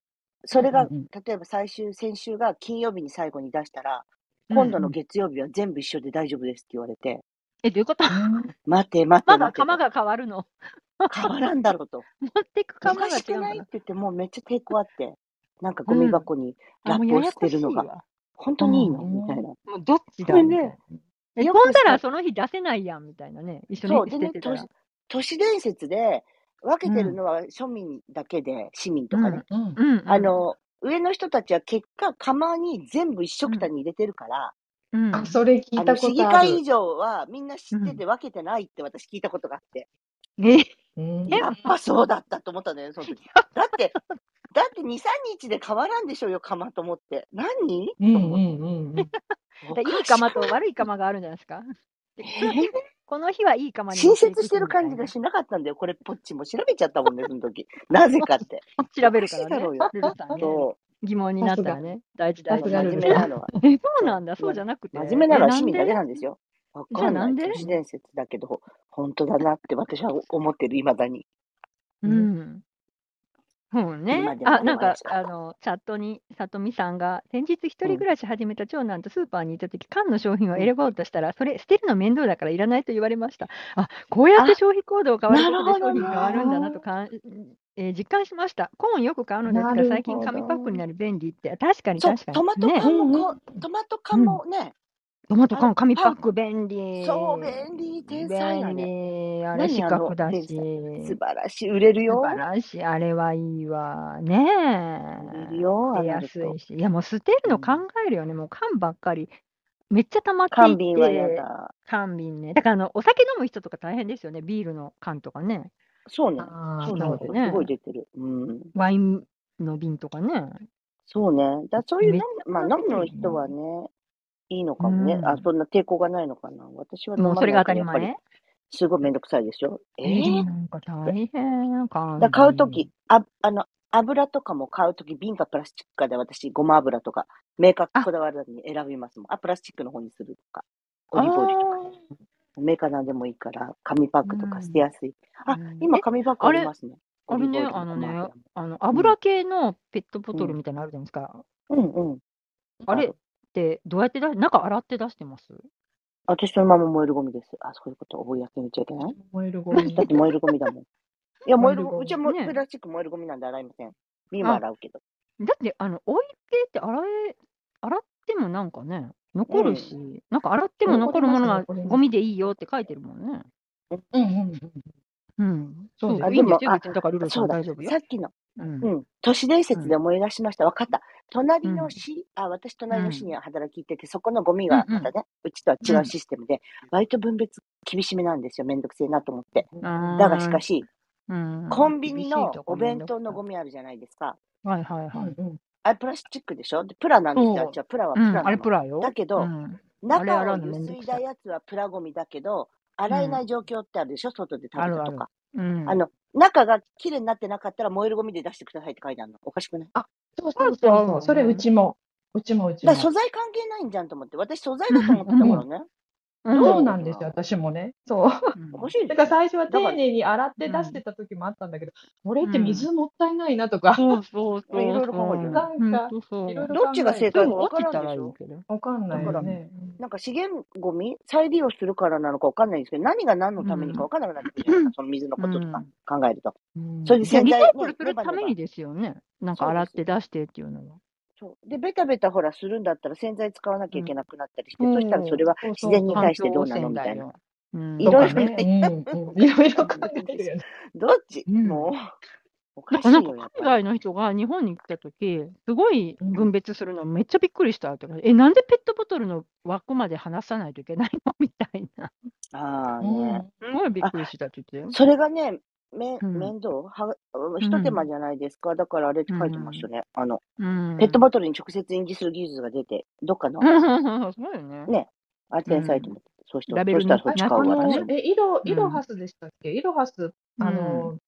D: それが
F: うんうん、
D: 例えば最終、先週が金曜日に最後に出した
A: う
D: ら、
A: ん
D: 今度の月曜日は全部一緒で大丈夫ですって言われて、
A: え、どういうこと
D: 待て待て
A: まだ
D: 待てと。
A: 釜が変わるの。
D: 変わらんだろうと。
A: 持ってく
D: お
A: 釜
D: か
A: が
D: し
A: 違
D: く
A: う
D: ない
A: の
D: って言って、もうめっちゃ抵抗あって、なんかゴミ箱に
A: かな。
D: ラ
A: もう
D: ップ
A: や
D: を
A: や
D: 捨
A: こ
D: て
A: しい
D: るのが、
A: わ。
D: 本当にいいの
F: うん
D: みたいな。
A: もうどっち
D: こ
A: だ
D: れ
A: み
D: ね
A: たいな。え、
D: よく
A: 飛んだら
D: さ
A: その日出せないやんみたいなね。一
D: そ
A: 緒
D: う、
A: に
D: で
A: 捨て
D: ね
A: てた
D: 都
A: ら
D: 市、。都市伝説で、分けてるのは庶民だけで、市民とかね。
F: うん
A: うんうん。
D: あの、上の人たちは結果、釜に全部一緒くたに入れてるから、
A: うん、
F: あ、それ聞
D: あの、
F: いた
D: 市
F: こ
D: 議
F: とあ
D: 会
F: る
D: 以。上はみんな知ってて分けてないって私聞いたことがあって、
A: え、
F: うん
D: やっぱそうだったと思ったんだよね、その時。だって、だって2、3日で変わらんでしょうよ、釜と思って。何
F: うん
D: と
F: う
D: 思って。
F: んうんうん。
D: お
A: だ
D: か
A: い
D: し
A: い釜と悪い釜があるんじゃない ですか。でこの日この日はいい釜に持
D: 新
A: っていく
D: 設してる感
A: み
D: じ
A: た
D: が
A: い
D: しなかったんだよ、これっぽっちも。調べちゃった もんね、その時。なぜかって。
A: な調べるから
D: おかしいだ
A: ね
D: ろうよ。
A: ルルさんね
D: そ
A: 疑問になったらね大事
D: う。や
A: 大
D: っぱ
A: 事
F: さ
D: 真
F: すが
D: 面
F: ルル
D: 目
F: さ
D: なんのは、
A: えそうなんだ
D: そ
A: そううじゃなくて
D: 真面目なの
A: え
D: は
A: な
D: 市
A: ん
D: 民だ
A: で
D: けなんですよ。わ
A: じゃ
D: か
A: あ
D: ん
A: な
D: なんい。
A: で
D: 都市伝説だけど、本当だなって私は思ってる、いまだに。
A: うんそう
D: 今
A: ね
D: でも
A: あなん
D: 怪
A: か
D: しか
A: あ
D: った。
A: のチャットにさとみさんが先日一人暮らし始めた長男とスーパーに行った時缶の商品を選ぼうとしたらそれ捨てるの面倒だからいらないと言われましたあこうやって消費行動変わることで商品変わるんだなとかんえー実感しましたコーンよく買うのです
F: な
A: が
F: る
A: 最近
F: ほど
A: 紙パックになる便利って確かに
D: そう
A: 確か、に
D: トマト
A: ね
D: 缶も
F: うん
D: こ、トマト缶もね、
A: トマト缶、紙パ
D: パン
A: ック便利。
D: そう、便利、天才あれ。
A: 便利。あれ
D: 何
A: 四
D: あ
A: 角
D: の
A: だ
D: 天
A: し。
D: 才。素晴らしい。売れる
A: 素
D: よ。
A: 晴らしい。あれはいいわ。ね
D: 売れ
A: え。
D: るよ、
A: 出
D: あな
A: や
D: る
A: す
D: と
A: い。し。いや、もう捨てるの考えるよね。もう缶ばっかり。めっちゃ溜まってい
D: 缶
A: って。
D: 瓶はやだ。
A: 缶瓶ね。だからあの、お酒飲む人とか大変ですよね。ビールの缶とかね。
D: そうね。
F: ああ、
D: そう
A: な
D: そ
A: の
D: う
A: で
D: そう。
A: ね
D: すごい出てる。うん。
A: ワインの瓶とかね。
D: そうね。だそういう
A: めっ
D: 飲
A: ち
D: む、まあ
A: ゃ
D: 飲
A: 溜まってくるよ
D: む
A: ね
D: 人はね、いいのかもね。
A: うん
D: あ、そんな抵抗がないのかな。私は
A: も
D: 飲
A: う
D: ま
A: それ
D: な
A: が
D: い
A: 当た
D: から、
A: り
D: やっぱり、
A: 前。
D: すごいめんどくさいですよ。え
A: えでも
D: ー、
A: なんか大変。缶
D: だ買うと
A: 瓶
D: き、あ、あの、油とかも買うとき、瓶かプラスチックかで私、ごま油とか、メーカーこだわるのに選びますもん。あ、プラスチックの方にするとか、オリーブオイルとか。
A: あー
D: メーカーなんでもいいから、紙パックとか捨てやすい。あ
A: うん、
D: 今
A: え
D: 紙パック
A: あ
D: あ
A: れ
D: りますね。オ
A: あれ
D: リーブオ
A: ね、
D: イル
A: あ
D: も
A: の
D: ごま
A: ね
D: 油も。、
A: あの油系のペットボトルみたいなのあるじゃないですか。
D: うんうん。
A: あれっ
D: ある
A: てどうやってだ、中洗って出してます
D: 私そのまま燃えるゴミです。あ、そういうこと、覚えやってみちゃいけない
F: 燃えるゴミ
D: だっ。て燃えるゴ ミだもん。いや、燃えるゴミ、
F: 燃えるゴミ
D: うちはもう
A: ね
D: プラスチック燃えるゴミなんで洗いません。ビームは洗うけど。
A: だって、あの、オイル系って洗え、洗ってもなんかね、残るし、なんか洗っても残るものは
F: 残ります残ります
A: ゴミでいいよって書いてるもんね。
F: うんうんうん。
A: うん。
F: そうです
A: そう、
D: あ、
A: いい
D: で
A: んで
D: も
A: す、よ、
D: あ
A: 別に。だから、ル、ルさ
D: そうんだ。
A: 大丈夫よ
D: さ。っきの、
A: うん。
D: うん、都市伝説で思い出しました。わかった。隣
A: う
D: の
A: ん
D: 市、あ、私隣の
A: う
D: 市
A: ん
D: に働き行ってて、そこのゴミはまたね、うちとは違うシステムで、割と分別厳しめなんですよ。めんどくせえなと思って。だがしか
A: し、
D: し、
A: うん。
D: コンビニ
A: 厳しい
D: の
A: と
D: お
A: こめん
D: 弁
A: どく
D: 当の
A: さ
D: ゴミあるじゃないですか。
A: いはいはいはい。
F: うん
D: あれプラスチックでしょでプラなんですよ。あ
A: そう
D: っちはプラは
A: う
D: プラ
A: ん、あ
D: な
A: れ
D: の。
A: プラよ。
D: だけ
A: う
D: ど、
A: ん。あれ
D: 中
A: 洗
D: を
A: うの
D: ゆ
A: めんど
D: す
A: く
D: い
A: さ
D: だ
A: い。
D: やつはプラゴミだけど、洗えない状況ってあるでしょ外で食
A: あ
D: べ
A: る
D: た
A: あ
D: と
A: る
D: か。。
A: うん。
D: あの、中が綺麗になってなかったら燃えるゴミで出してくださいって書いてあるの。おかしくない
F: そうそうそうそう。それ
A: うん
F: うちも。うちもうち
D: だ
F: も。
D: から素材関係ないんじゃんと思って。私素材だと思ってたからね。
A: うん
F: そうなんですよ、
D: うん
F: 私もね。そう。
D: おかしい で
F: だか
D: し
F: ら
D: ょ
F: 最初は
D: だから
F: 丁寧に洗って出してた時もあったんだけど、これって水もったいないなとか、
A: そうそうそう。
D: いろいろ考えてる
A: そう
F: なんか
A: ほとそう。
F: いろいろ
D: どっちが正
A: す
D: 解
A: ぐ
D: かわ
A: 落
D: か
A: ち
D: らん
A: た
D: で
A: らい
D: し
A: い
D: ょ
A: けど。
F: わかん
A: だ
F: ない
A: から、
F: よ
A: うん
F: ね。
D: なんか資源ゴミ再利用するからなのかわかんないんですけど、何が何のためにかわからなくなってくるじゃ ないですか、その水のこととか考えると。それで
A: じゃあリサ
D: 洗剤
A: イク
D: ね
A: ルす
D: ネ
A: る
D: バ
A: た
D: ネ
A: め
D: バ
A: にですよね。なんか
D: そう
A: 洗っ
D: です
A: て出してっていうのは。
D: そうでベタベタほらするんだったら洗剤使わなきゃいけなくなったりして、
A: うん
D: そしたらそれは
F: そう
D: 自
F: そう
D: 然に
F: そう。
A: 環
D: 対して
A: 境
D: どう
A: 汚
D: なの
A: 染
D: み
A: だ
D: たいな
A: よ。うん
D: いろいろ
F: とかね。うんうんいろいろ考えるよね。
D: どっち、
A: うん
D: もう、おかしい
A: な
D: よ
A: んか
D: やっ
A: 海
D: ぱ
A: 外
D: り
A: の人が日本に来た時すごい分別するのめっちゃびっくりしたってえなんでペットボトルの枠まで離さないといけないのみたいな
D: ああね、
F: うん
A: すごいびっくりしたって言ってたよ
D: それがね、め
A: うん
D: 面倒はひと手間じゃないですか、だからあれって書いてましたね、あの
A: うん
D: ペットボトルに直接印字する技術が出て、どっかの
A: そうよね
D: ねあ天才と思って、そうした
A: ラ
D: ら、
A: ベ
D: そ
A: ル
D: し
A: に
D: たらそっち買
F: あ
D: うわ、
A: 中
D: 私
A: に
D: も。
F: のえイロ
A: うん
F: イロハスでしたっけイロハス、あの、
D: うん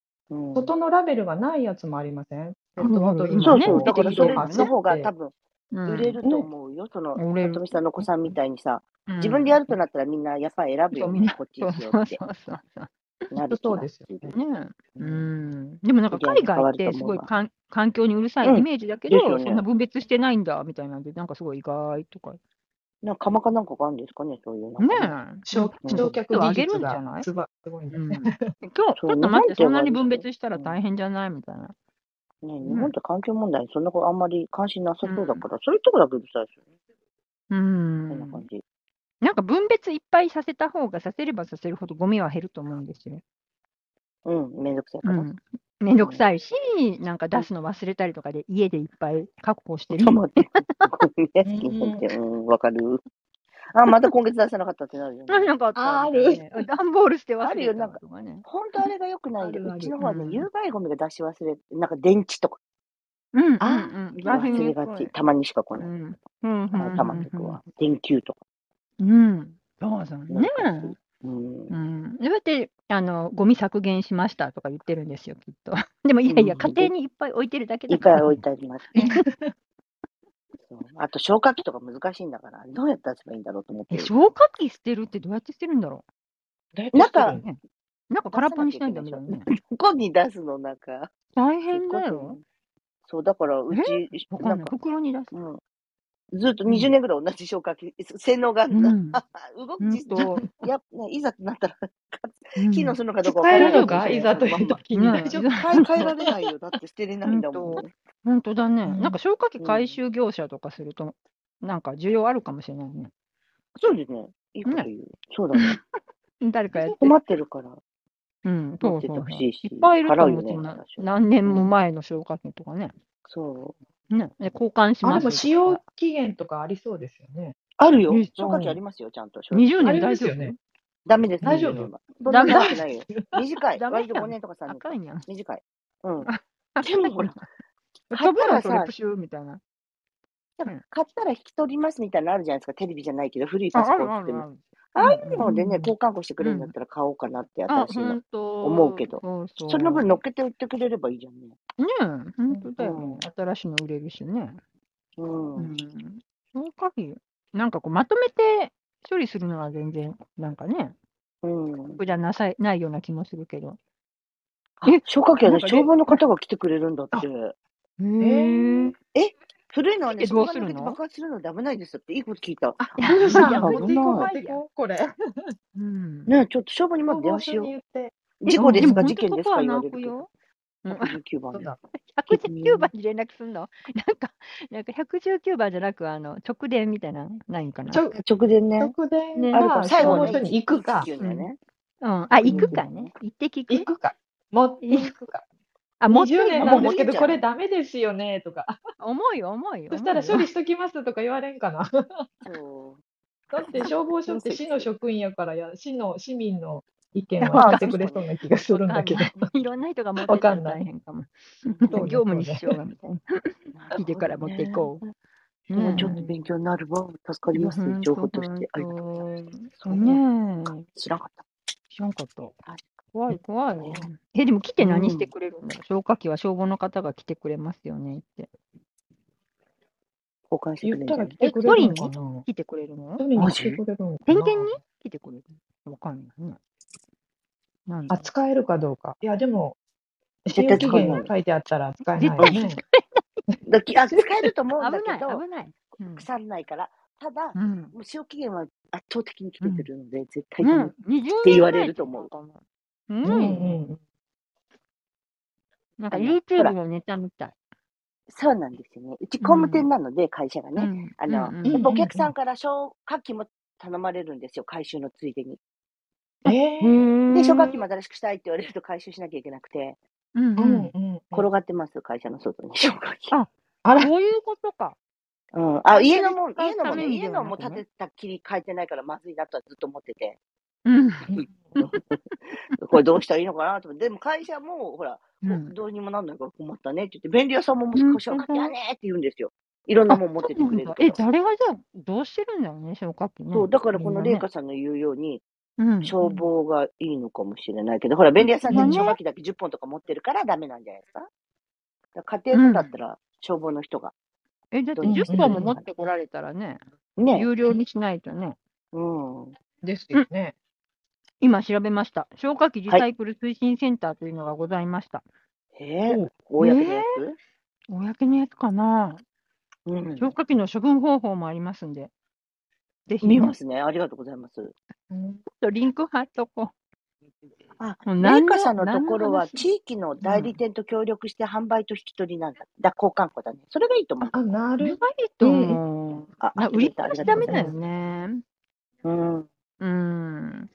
F: 外のラベルがないやつもありませんペットボトル
A: うん
F: の
D: そう
A: ね
D: そう、
A: 売れて
D: だから
A: る
D: それ
A: よね
D: の方が多分
A: うん
D: 売れると思うよ、その、
A: 売れる
D: 里見さんのお子さんみたいに
A: う
D: さ、
A: ん
D: 自分でやるとなったらみんなやっぱり選ぶ
A: そ
D: よ
A: う
D: ね、
A: みんな
D: こっち
A: そう
D: にしようって
A: そうそうそう
D: なる気
F: そう
D: が
F: ですよね。
A: ね
D: う
A: うんん、でもなんか
D: 意見
A: 海
D: 変わ
A: 外って
D: ると思う
A: すごい
D: わ
A: かん環境にうるさい
D: うん
A: イメージだけ
D: です
A: ど、
D: よね
A: そんな分別してないんだみたいなんで、なんかすごい意外とか。ね
D: なんか釜かなんかがあるんですかね、そうい
A: え
D: うなんかね。。
F: 焼
D: うん
A: うん
F: 焼却技
A: 上げる
F: 術
A: んじゃ
F: が
A: ない
F: すばすごいんだ
A: う
F: よ
A: ん、
F: ね。
A: 今日ち
D: そう
A: ょっと待って、
D: 日本って
A: そんなに
D: 割と
A: 分別したら
D: うん
A: 大変じゃないみたいな。
D: ね、
A: ん
D: 日本って環境問題にそんなこあんまり関心なさそうだから、そういうとこだけうるさいですよね。
A: うん
D: こんな感じ。
A: なんか分別いっぱいさせた方がさせればさせるほどゴミは減ると思うんですよ。
D: うん、めんどくさいうから。
A: ん、めんどくさいし、なんか出すの忘れたりとかで家でいっぱい確保してる
D: ちょっと待 って。ごめんね、好きになって。うん、わかる。あ、また今月出せなかったってなるよ
A: な
D: ね。
A: なかった
C: あ
A: みたいね。段ボールして忘
D: ある
A: れ
D: よ
A: た
D: なん
A: とかね。
D: 本当あれが良くないんで、
F: あるあ
D: う
F: る
D: ちの方はね、
A: うん
D: 有害ゴミが出し忘れ、なんか電池とか
A: うんうんうん。
C: あ
A: あれ
D: 忘れが
A: すご
D: ち、
A: い
D: たまにしか来
A: う
D: ない。
A: ん。うんうん
D: あ、溜まってくわ。電球とか。
A: うん。そうそう
D: なん
A: ね
D: か。うん
A: う。ん。だって、あの、ゴミ削減しましたとか言ってるんですよ、きっ と。でも、いやいや、
D: うん
A: 家庭にいっぱい置いてるだけ
D: い
A: だ
D: っぱ
A: か
D: い
A: ら。
D: 置いてあります。そうあと消火器とか難しいんだから、どうやって出せばいいんだろうと思って
A: え、
D: る。
A: 消火器捨てるってどうやって捨てるんだろ
D: なんか
A: う。ねなんか空っぽにしないとダメだよね。
D: どこに出すのなんか。
A: 大変だよ。
D: そう、だからうち、
A: わか
D: なんん
A: ない。
D: か、
A: 袋に出す。
D: うん。ずっと20年ぐらい同じ消火器、性能がある
A: うん。
D: 動く
A: うん
D: 実
A: と。
D: いや、ね、いざとなったら、
A: うん
D: 機能するのかどうかわ
F: 使
D: か
F: え
D: ら
F: る
D: ない
F: の
D: かもし
F: か
D: れな
F: い
D: い
F: ざ
D: そ
F: と
D: のま
F: い
D: ん
F: う
D: ま。
F: 時に 大丈夫か
D: 変え変えられないよ。だって捨てれないんだもん。
A: 本当だね。なんか消火器
D: うん
A: 回収業者とかすると、なんか需要あるかもしれないね。
D: そうですね。いいこと言う。そうだね。
A: 誰かやって。
D: 困ってるから。
A: うん、そうそう
D: 持って
A: そ
D: てほ
A: う。
D: しいし
A: っぱいいると思う、
D: 払うよね
A: そんな
D: 多少
A: 何年も前の消火器とかね。
D: そう。
A: ねえ交換し
F: あ、
A: ま
F: ですも
A: とか。
F: 使用期限とかありそうですよね。
D: あるよ
A: うん。
D: 消火器ありますよ、ちゃんと。
A: 20
F: あ
A: 年
F: りま
A: 大
F: す
A: 丈
F: よ
A: 夫
F: ね。
D: ダメです。
F: 大丈夫
D: 20年はそんな長くないよ。
F: です
D: 短い。
A: ダメ
D: 割と
A: だ
D: 5年とか3年と
A: 赤
D: か。
A: いにゃん。
D: 短い。うん。
A: 赤
D: で
A: い
D: も
A: にゃん。
D: 買
A: 飛
D: っ
A: ぶ
D: た
A: の
D: ら
A: それ
D: さ
A: プ、シューみたいな。うん
D: 買ったら引き取りますみたいなのあるじゃないですか。テレビじゃないけど、古い
A: あ、
D: パソ
A: あ
D: コン
A: る
D: っ
A: あ
D: て
A: る
D: も。
A: ある。
D: ああいう
A: うん
D: ので
A: うん
D: ね、交換庫してくれるんだったら買おうかなって、
A: あ、
D: 新しいの
A: 本。当。
D: 思うけど
A: そうそう。
D: その分乗っけて売ってくれればいいじゃんね。
A: ねえ、本当だよね
D: う。
A: 新しいの売れるしね。
D: う。
A: うんん。消火器、なんかこう、まとめて処理するのは全然、なんかね、
D: うん。
A: 苦じゃなさいないような気もするけど。
D: あ
A: え
D: 消火器はね、
F: なんかね
D: 消防の方が来てくれるんだって。
A: へ
F: ー
A: え。
D: 古いのはね、
A: えど
D: 消
A: う
D: 火
A: す
D: 抜
A: る
D: けて
A: の
D: 爆発するのダメないですよって、いいこと聞いた。
F: あ、
A: いや
F: 皆
A: い
F: さ
A: や
F: ん、持って
D: 危
F: いこう、持
D: な
F: っ
D: い
F: ていこう、これ。
A: うん。
D: ねえちょっと消防にまず電
F: 消防
D: 話し
F: 署
D: よ
F: に
D: う。
F: 言って。
D: 事
A: う
D: 故
A: ん
D: で
A: ですも
D: か
A: 本
D: 事
A: 当
D: 件
A: こ
D: です
A: は
D: か言わ
A: 泣
D: れる
A: く
D: けど。
A: よ。うん
D: 119番
F: そう
D: で。
F: だ。
A: 119番に連絡すんの なんか、なんか119番じゃなく、あの、直電みたいな、ないんかな。
F: 直
D: 直電ね。
F: 直電
A: ね
D: あるから、
F: が
D: 最
F: 消
D: 後
F: 防
D: ね、
F: 署に行くか、
D: 119だよね。
A: うん。あ、行
F: ん
A: くかね。行って聞
F: 行
A: く。
F: くか、持っていくか。
A: あ、持ってい
F: 20
A: く
F: 年
D: あ
F: な
D: もうん
F: ですけ
D: 持ってっ
F: ど、
D: ちゃう
F: これダメですよね、とか。
A: 重いよ、重いよ。
F: そしたら
A: 重いよ
F: 処理しときますとか言われん かな。
D: そう。
F: だって消防署って市の職員やからや、市の市民の意見は
D: まあ
F: 聞いてくれそうな気がするんだけど。
A: わかんない。いろんな人が持って
F: わ
A: った
F: からんない
A: 大変かも。
F: そうね
A: 業務に支障がみたいな。
D: なる
A: 聞いて
D: ほ
A: か
D: ど
A: ら持ってい
D: ね。
A: こう。
D: もう
A: ね
D: ちょっと勉強になるわ。助か
A: え。
D: り
A: いや、
D: ます。
A: ほん
D: 情
A: と、
D: 報とし
A: ほん
D: て。ありがとうございます。そ
A: と。
D: うね。
A: ねえ。
D: 知らなかっ
A: 知らんかった。
D: た。はい
A: 怖い、怖い
D: ね。
A: え、でも来て何して
D: うん
A: くれるんだろう。消火器は消防の方が来てくれますよねって。
D: 交換して
F: 言
D: く
F: っ
D: れるん
F: た
D: じゃ
F: ら
D: ない
F: 来てくれるのかな
A: 来てくれるの
F: 取りに来てくれるのか
A: 点
F: な
A: 検に来てくれるのわかんないね。なんだ
F: あ、
A: ろ
F: 使えるかどうか。いや、でも、使
D: 絶
F: 用
D: 対
F: 期
D: 使えな
F: 限
D: い。
F: 書いてあったら使え
A: 絶
F: ない
A: 対
F: よ
A: 使
F: ね。
D: だきあ使えると思うんだ
A: う。危
D: け
A: ない、
D: ど、
A: 危ない。うん
D: 腐らないから。ただ、
A: うん。
D: もう使用期限は圧倒的に来てくるので、絶対ダ
A: う
D: メ
A: ん、20
D: って言
A: 年
D: われ
A: 前
D: る
A: と
D: と
A: か
D: 思う。
A: かも。うん
F: う、んうん。
A: なんか
D: あのほら
A: YouTube のネタみたい。
D: そうなんですよね。うち工務店なので、会社が
A: う
D: ね。
A: ん、
D: あの、
A: うん
F: うん
A: う
D: やっ
A: ん
D: ぱお客さんから消火器も頼まれるんですよ、回収のついでに。
F: え
A: う
F: ー
A: ん
D: で、初学期も新しくしたいって言われると回収しなきゃいけなくて、
A: うん
F: う
A: うんん。
F: うんうん。
D: 転がってます、会社の外に、消火器。
A: あ
F: あら、
A: そういうことか。
D: うん。あ、家のもん、
A: 会
D: 家
A: 社で使う
D: の
A: た
D: も
A: め
D: ね、
A: にで
D: 家
A: はな
D: の
A: くね
D: も建てたっきり変えてないからまずいなとはずっと思ってて、
A: うん。
D: これどうしたらいいのかなと思って、でも会社も、ほら、
A: うん
D: どうにもなんないから困ったねって言って、便利屋さんも
A: うん
D: 昔は買ってやねーって言うんですよ。いろんなもん持っててくれるか
A: え、
D: ら。
A: 誰がじゃあ、どうしてるんだろうね、消火器ね。
D: そう、だからこ
A: み
D: の
A: ん
D: 麗
A: なね
D: 華さんの言うように、
A: うん。
D: 消防がいいのかもしれないけど、ほら、便利屋さんで
A: まあね
D: 消火器だけ10本とか持ってるからダメなんじゃないですか。だから家庭のだったら、消防の人が。
A: え、だって
D: どう
A: 10本も持ってこられたらね、
D: ね。
A: 有料にしないとね。
D: うん。
F: ですよね。
A: 今調べました。消火器リ
D: はい
A: サイクル推進センターというのがございました。
D: えー
F: お、
D: 公のやつ、
A: 公のやつかな
D: うん。
A: 消火器の処分方法もありますんで。ぜひね、
D: 見ま
A: ち
D: すね。ありがとうございます。
A: ょっとリンク貼っとこ
D: あ、
A: もう何
D: 麗
A: の
D: 華さんのとこ
A: 何の
D: ろは、
A: 話
D: 地域の代理店と協力して販売と引き取りなんだ。だ交換庫だね。それがいいと思う。
F: あ、な
A: う。これ
F: る
A: がいいと思う。
D: あ、
A: な
D: 合っ
A: 売
D: てくれ
A: り
D: た。あ
A: 方
D: り
A: し
D: が
A: ダ
D: とう
A: メ
D: ござい
A: だよ
D: ます。
A: ね。
D: うん。
A: うん。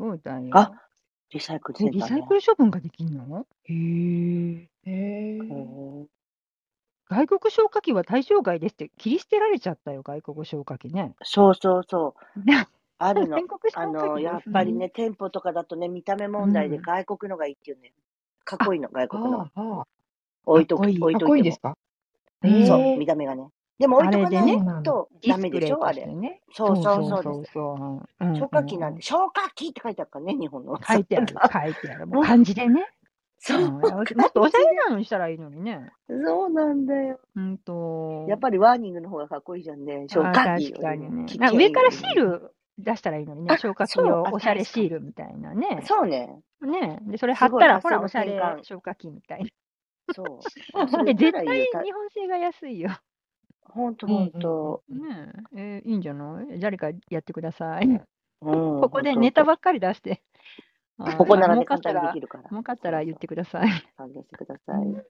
A: そうだよ。
D: あリサイクルセ
A: え
D: ン
A: リ
D: ター
A: サイ
D: ね
A: ク。ル処分ができるのへえ。
F: ほど。へ
D: へ
F: ー
D: ー
A: 外国消火器は対象外ですって切り捨てられちゃったよ、外国消火器ね。
D: そうそうそう。
A: ね
D: あるの
A: 全。国
D: あ
A: 消火器
D: の、
A: です
D: やっぱりね、店舗とかだとね、見た目問題で
A: うん
D: 外国のがいいっていうね。かっこいいの、外国のは。
F: はあ、は
D: 置いと
A: かっこ
D: く
A: いい
D: 置
F: あ。
D: い
F: かっ
D: とい
F: こい
D: て
F: いで
D: も
F: す。か
A: うん
D: そう、
F: え
D: 見
F: え
D: た目がね。でも置いとか
A: あれで
D: な
A: ね
D: い
F: そうなんだ。
D: と
A: デ
D: ダ
A: ィス
D: メ
A: プ
D: で
A: レ
D: し
A: イ
D: ょ、
A: と
D: あ
A: し
D: れ
A: て。ね。
D: そうそうそうで
A: そ
D: す
A: う。そううん
D: 消火器な
A: う
D: ん
A: ん
D: て、消火器って書いてあるからね、日本のは
A: うん
D: さ。
A: 書いてある、書いてある。もう
D: もう
A: 漢字でね。
D: そう
A: うん、もっとおしゃれなのにしたらいいのにね。
D: そうなんだよ。
A: うんと。
D: やっぱりワーニングの方がかっこいいじゃんね。消
A: あ
D: 火
A: ー
D: 器よ
A: 確か
D: り
A: に
D: も。
A: ね。
D: 危
A: な
D: 険
A: 上から
D: より
A: シ
D: も
A: ール出したらいいのにね。
D: あ
A: 消火器
D: そう
A: を
D: あ
A: おしゃれ
D: 確
A: シ
D: かに
A: ールみたいなね。
D: そうね。
A: ねで、それ貼っ
D: すごい
A: たら、ほ
D: 発想
A: ら、
D: の
A: おしゃ
D: 転
A: れ
D: 換。
A: 消火器みたい
D: そう。
A: な。
D: それ
A: で、
D: 言った
A: 絶
D: ら
A: 対
D: いいよ。た
A: 日本製が安いよ。
D: ほんと
F: うん
D: ほん
F: うんうん
D: と。
F: うん。
A: ねええーいいんじゃない誰かやってください。
D: うん。
A: ここでネタばっかり出して。あー
D: ここなら
A: 儲
D: ね、
A: か
D: 簡
A: ったら
D: 単にでき、るから。
A: 儲かったら
D: そう
A: 言っ
D: そう
A: てください。
D: 歓迎してくださ
F: う
D: い。
F: ん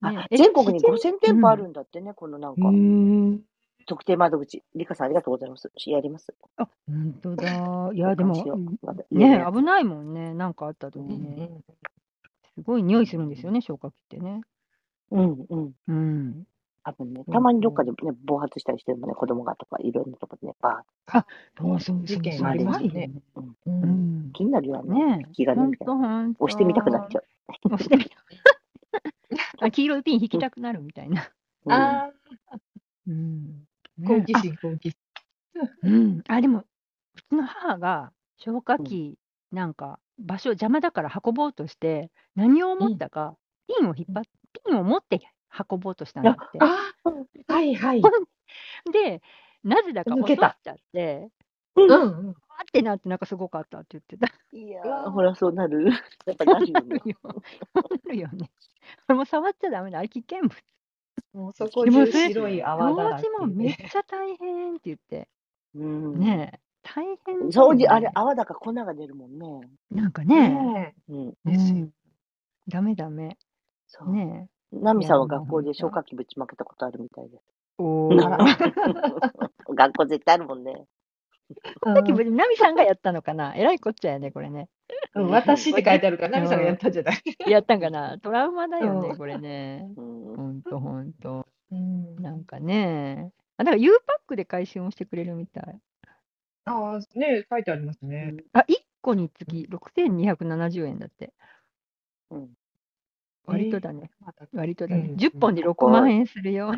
D: あ
A: ね、え
D: 全国に
A: 知って
D: 5000店舗あ
A: う
D: る
A: ん
D: んだってね、このなん
F: へ
D: か、
F: ー
D: 特定窓口。リカさんありがとうございます。やります。
A: あ、本当だ。い
D: 交
A: や、で
D: 換し
A: も、
D: よ。
A: いう
D: まだ家の
A: ね
D: や、つ。
A: 危ないもんね。なんかあった時
F: うん
A: に
F: う
A: ね。
F: ん。
A: すごい匂いするんですよね、消火器ってね。
D: うんうん。
A: うん。
D: 多分ね、
A: そう
D: たまにどっか
A: そ
D: でね、暴発したりしてもね、子供がとか、いろんなとこでね、バ
A: うそうそう
F: 事
A: そう
F: 件
A: そう、
F: あ
D: ーン、周り
F: りま
A: 怖
D: に。
F: す
A: いよ
F: ね。
A: ね。
D: うん。
F: う。
D: うん
A: ん。
D: 気になるよ、あの、
A: ねえ、
D: 引き金
A: ほん
D: みたい
A: と
D: な。
A: ほんと。
D: 押してみたくなっちゃ
A: 押してみた あ黄色いピン引きたくなるみたいな。
D: う。うん。
F: ああ、
A: うん。
F: 好
A: ねえ、
F: 奇
A: あ、
F: 心、好奇心。
A: うん。あ、でも、うちの母が消火
D: うん
A: 器なんか場所邪魔だから運ぼうとして、何を思ったか、ピンを引っ張っ、ピンを持って運ぼうとしたんだって。
F: ああ、はいはい。
A: で、なぜだか
F: 抜
A: 落
F: け。
A: としたちゃって、
F: うんうん。
A: あってなってなんかすごかったって言ってた。
D: いや
F: うわ
D: ー、
F: ー
D: ほら、そうな る。やっぱなるよ
A: な
D: ね。
A: るよ。 なるよね。これもう触っちゃダメだ。あれ危険物。
F: もうそこ
A: でも
F: 中
A: それ、
F: 白い泡だ
A: 掃
F: ら
A: 除も
F: け
A: めっ
F: で。
A: ちゃ大変って言って。
D: うん。
A: ねえ、大変だ
D: 掃
A: よ
D: 除、あれ、
A: ね。
D: 泡だから粉が出るもんね。
A: なんかね、
F: ね
D: うん。
A: う
F: え。ですよ。
A: ん、ダメダメ。
D: そ
A: ね
D: う。ナ
A: え。い
D: ミ
A: や、
D: さん
A: で
D: は
A: も
D: 学
A: ほ
D: 校
A: ん
D: で消
A: と。
D: 火器ぶちまけたことあるみたいです。
A: お
F: あ
A: ー。
F: ら。
D: 学校絶対あるもんね。
A: さっき
F: う、
A: ぶり、ナミさんがやったのかな えらいこっちゃやね、これね。
D: うんん。
F: 私って書いてあるから、
A: う
F: ナミさんがやっ
A: ん。
F: たんじゃない。
A: やったんかなトラウマだ
F: う
A: よ
F: ん。
A: ね、これね。
D: うん。
A: ほんとほんと。
F: うん
A: なんかね。あ、だから U パックで回収をしてくれるみたい。
F: ああ、ねえ、書いてありますね。
A: あ、1個につき6270円だって。
D: うん。
F: え
A: 割と
F: え
A: だね。
F: また。
A: 割と
F: う
A: だね。
F: ん
A: 10
F: うん。
A: 本で6
D: 高
A: 万
D: い。
A: 円するよ。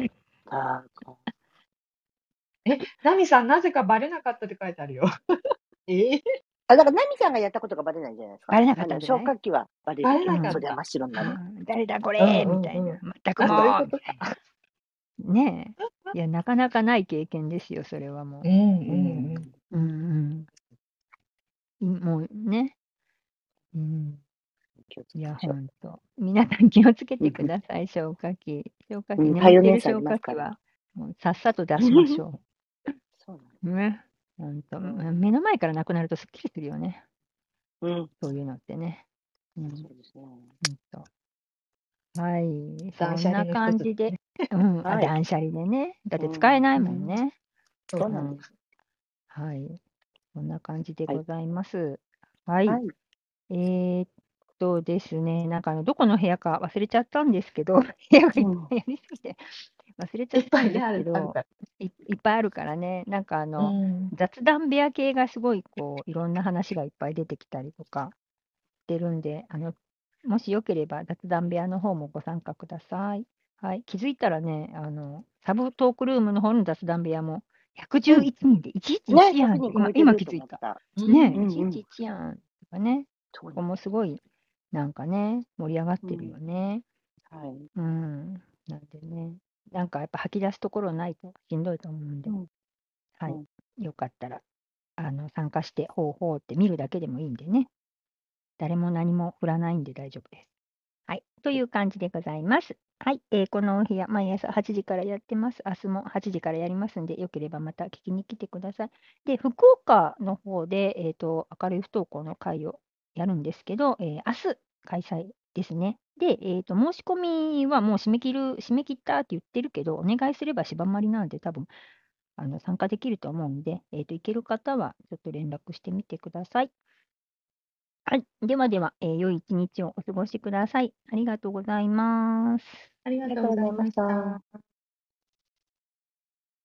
D: 高い。
F: え、ナミさん、なぜかバレなかったって書いてあるよ。ええ
D: あ、だから、ナミさんがやったことがバレないんじゃないですか。
A: バレなか
D: あ
A: った
D: の、
A: んじゃ
D: 消
A: ない
D: 火器はバレ
F: バ
D: る
F: レ
D: け
A: う
F: な
A: ん。
D: ど、そ
F: かっ
D: りゃ
F: た。
D: 真っ白になる。
A: あー誰だこ
F: うん
A: れ
F: う
A: み
F: ん
A: たいな。
F: うん。
A: 全く
F: あ、そういう
A: もう
F: こ
A: み
F: と
A: たい
F: か。
A: な。ねえ。いや、なかなかない経験ですよ、それはも
F: うんう
D: うん
F: う
D: ん。
F: ん。
A: う。うんうん。いもうね。うん。
D: 気をつ
A: い
D: け
A: や、
D: ましょ
A: ほんと。皆さん気をつけてく
D: う。
A: ださい、消火器。消火
D: う
A: 器、
D: ん、
A: 眠っ
D: 太陽
A: て
D: 姉
A: る
D: さんあり
A: 消火
D: ますか
A: 器
D: ら。
A: は、もうさっさと出しましょ
D: そうなの。
A: う。ね。ほんと。
D: うん。
A: 目の前からなくなるとすっきりするよね。
D: うん。
A: そういうのってね。うん。
D: そうですね。
A: うんと。はい、そ
F: 断
A: ん
F: 捨
A: な
F: 離の一
A: 感
F: つ。
A: じで、うん、あ、
D: はい。
A: 断捨離でね、だって
D: う
A: 使え
D: ん。
A: な
F: う
A: いもん
F: ん。
A: ね。
F: そう
D: そう
A: う
D: なんで
A: ん、
D: す。
A: はい。こんな感じで
D: はい
A: ございます。はい。
D: はい
A: えーっとですね、なんかあのどこの部屋か忘れちゃったんですけど、 部屋がいっぱいありすぎて、忘れちゃ
F: い
A: っ
F: ったぱ
A: ん
F: い
A: で
F: ね、
A: す
F: あ
A: け
F: るある
A: ど、
F: から。
A: いいっぱいあるからね、なんかあの、
F: うん
A: 雑談部屋系がすごいこういろんな話がいっぱい出てきたりとかしてるんであのもしよければ雑談部屋の方もご参加ください。はい、気づいたらねあのサブトークルームの方の雑談部屋も111人で
D: ね、
A: 111やん、
D: 100人超
A: 今
D: えて
A: 今
D: る
A: 気
D: と
A: づい。
D: 思ったた。
A: ね、
D: うんうん
A: 111やんとかね
D: そう
A: ここ
D: ね
A: もすごいなんかね盛り上がってるよね。
D: はい。
A: うん、なんでねなんかやっぱ吐き出すところないとしんどいと思うんで。
D: うん
A: は
D: うん
A: い、よかったらあの参加して、ほうほうって見るだけでもいいんでね。誰も何も振らないんで大丈夫です。はい、という感じでございます。はい、えーこのお部屋、毎朝8時からやってます。明日も8時からやりますんで、よければまた聞きに来てください。で、福岡の方で、えー、と明るい不登校の会をやるんですけど、えー明日開催ですね。で、えーと、申し込みはもう締め切る、締め切ったって言ってるけど、お願いすれば縛まりなんで、多分あの参加できると思うんで、えー、と行ける方はちょっと連絡してみてください。はい。ではでは、えー良い一日をお過ごしください。ありがとうございます。
C: ありがとうございました。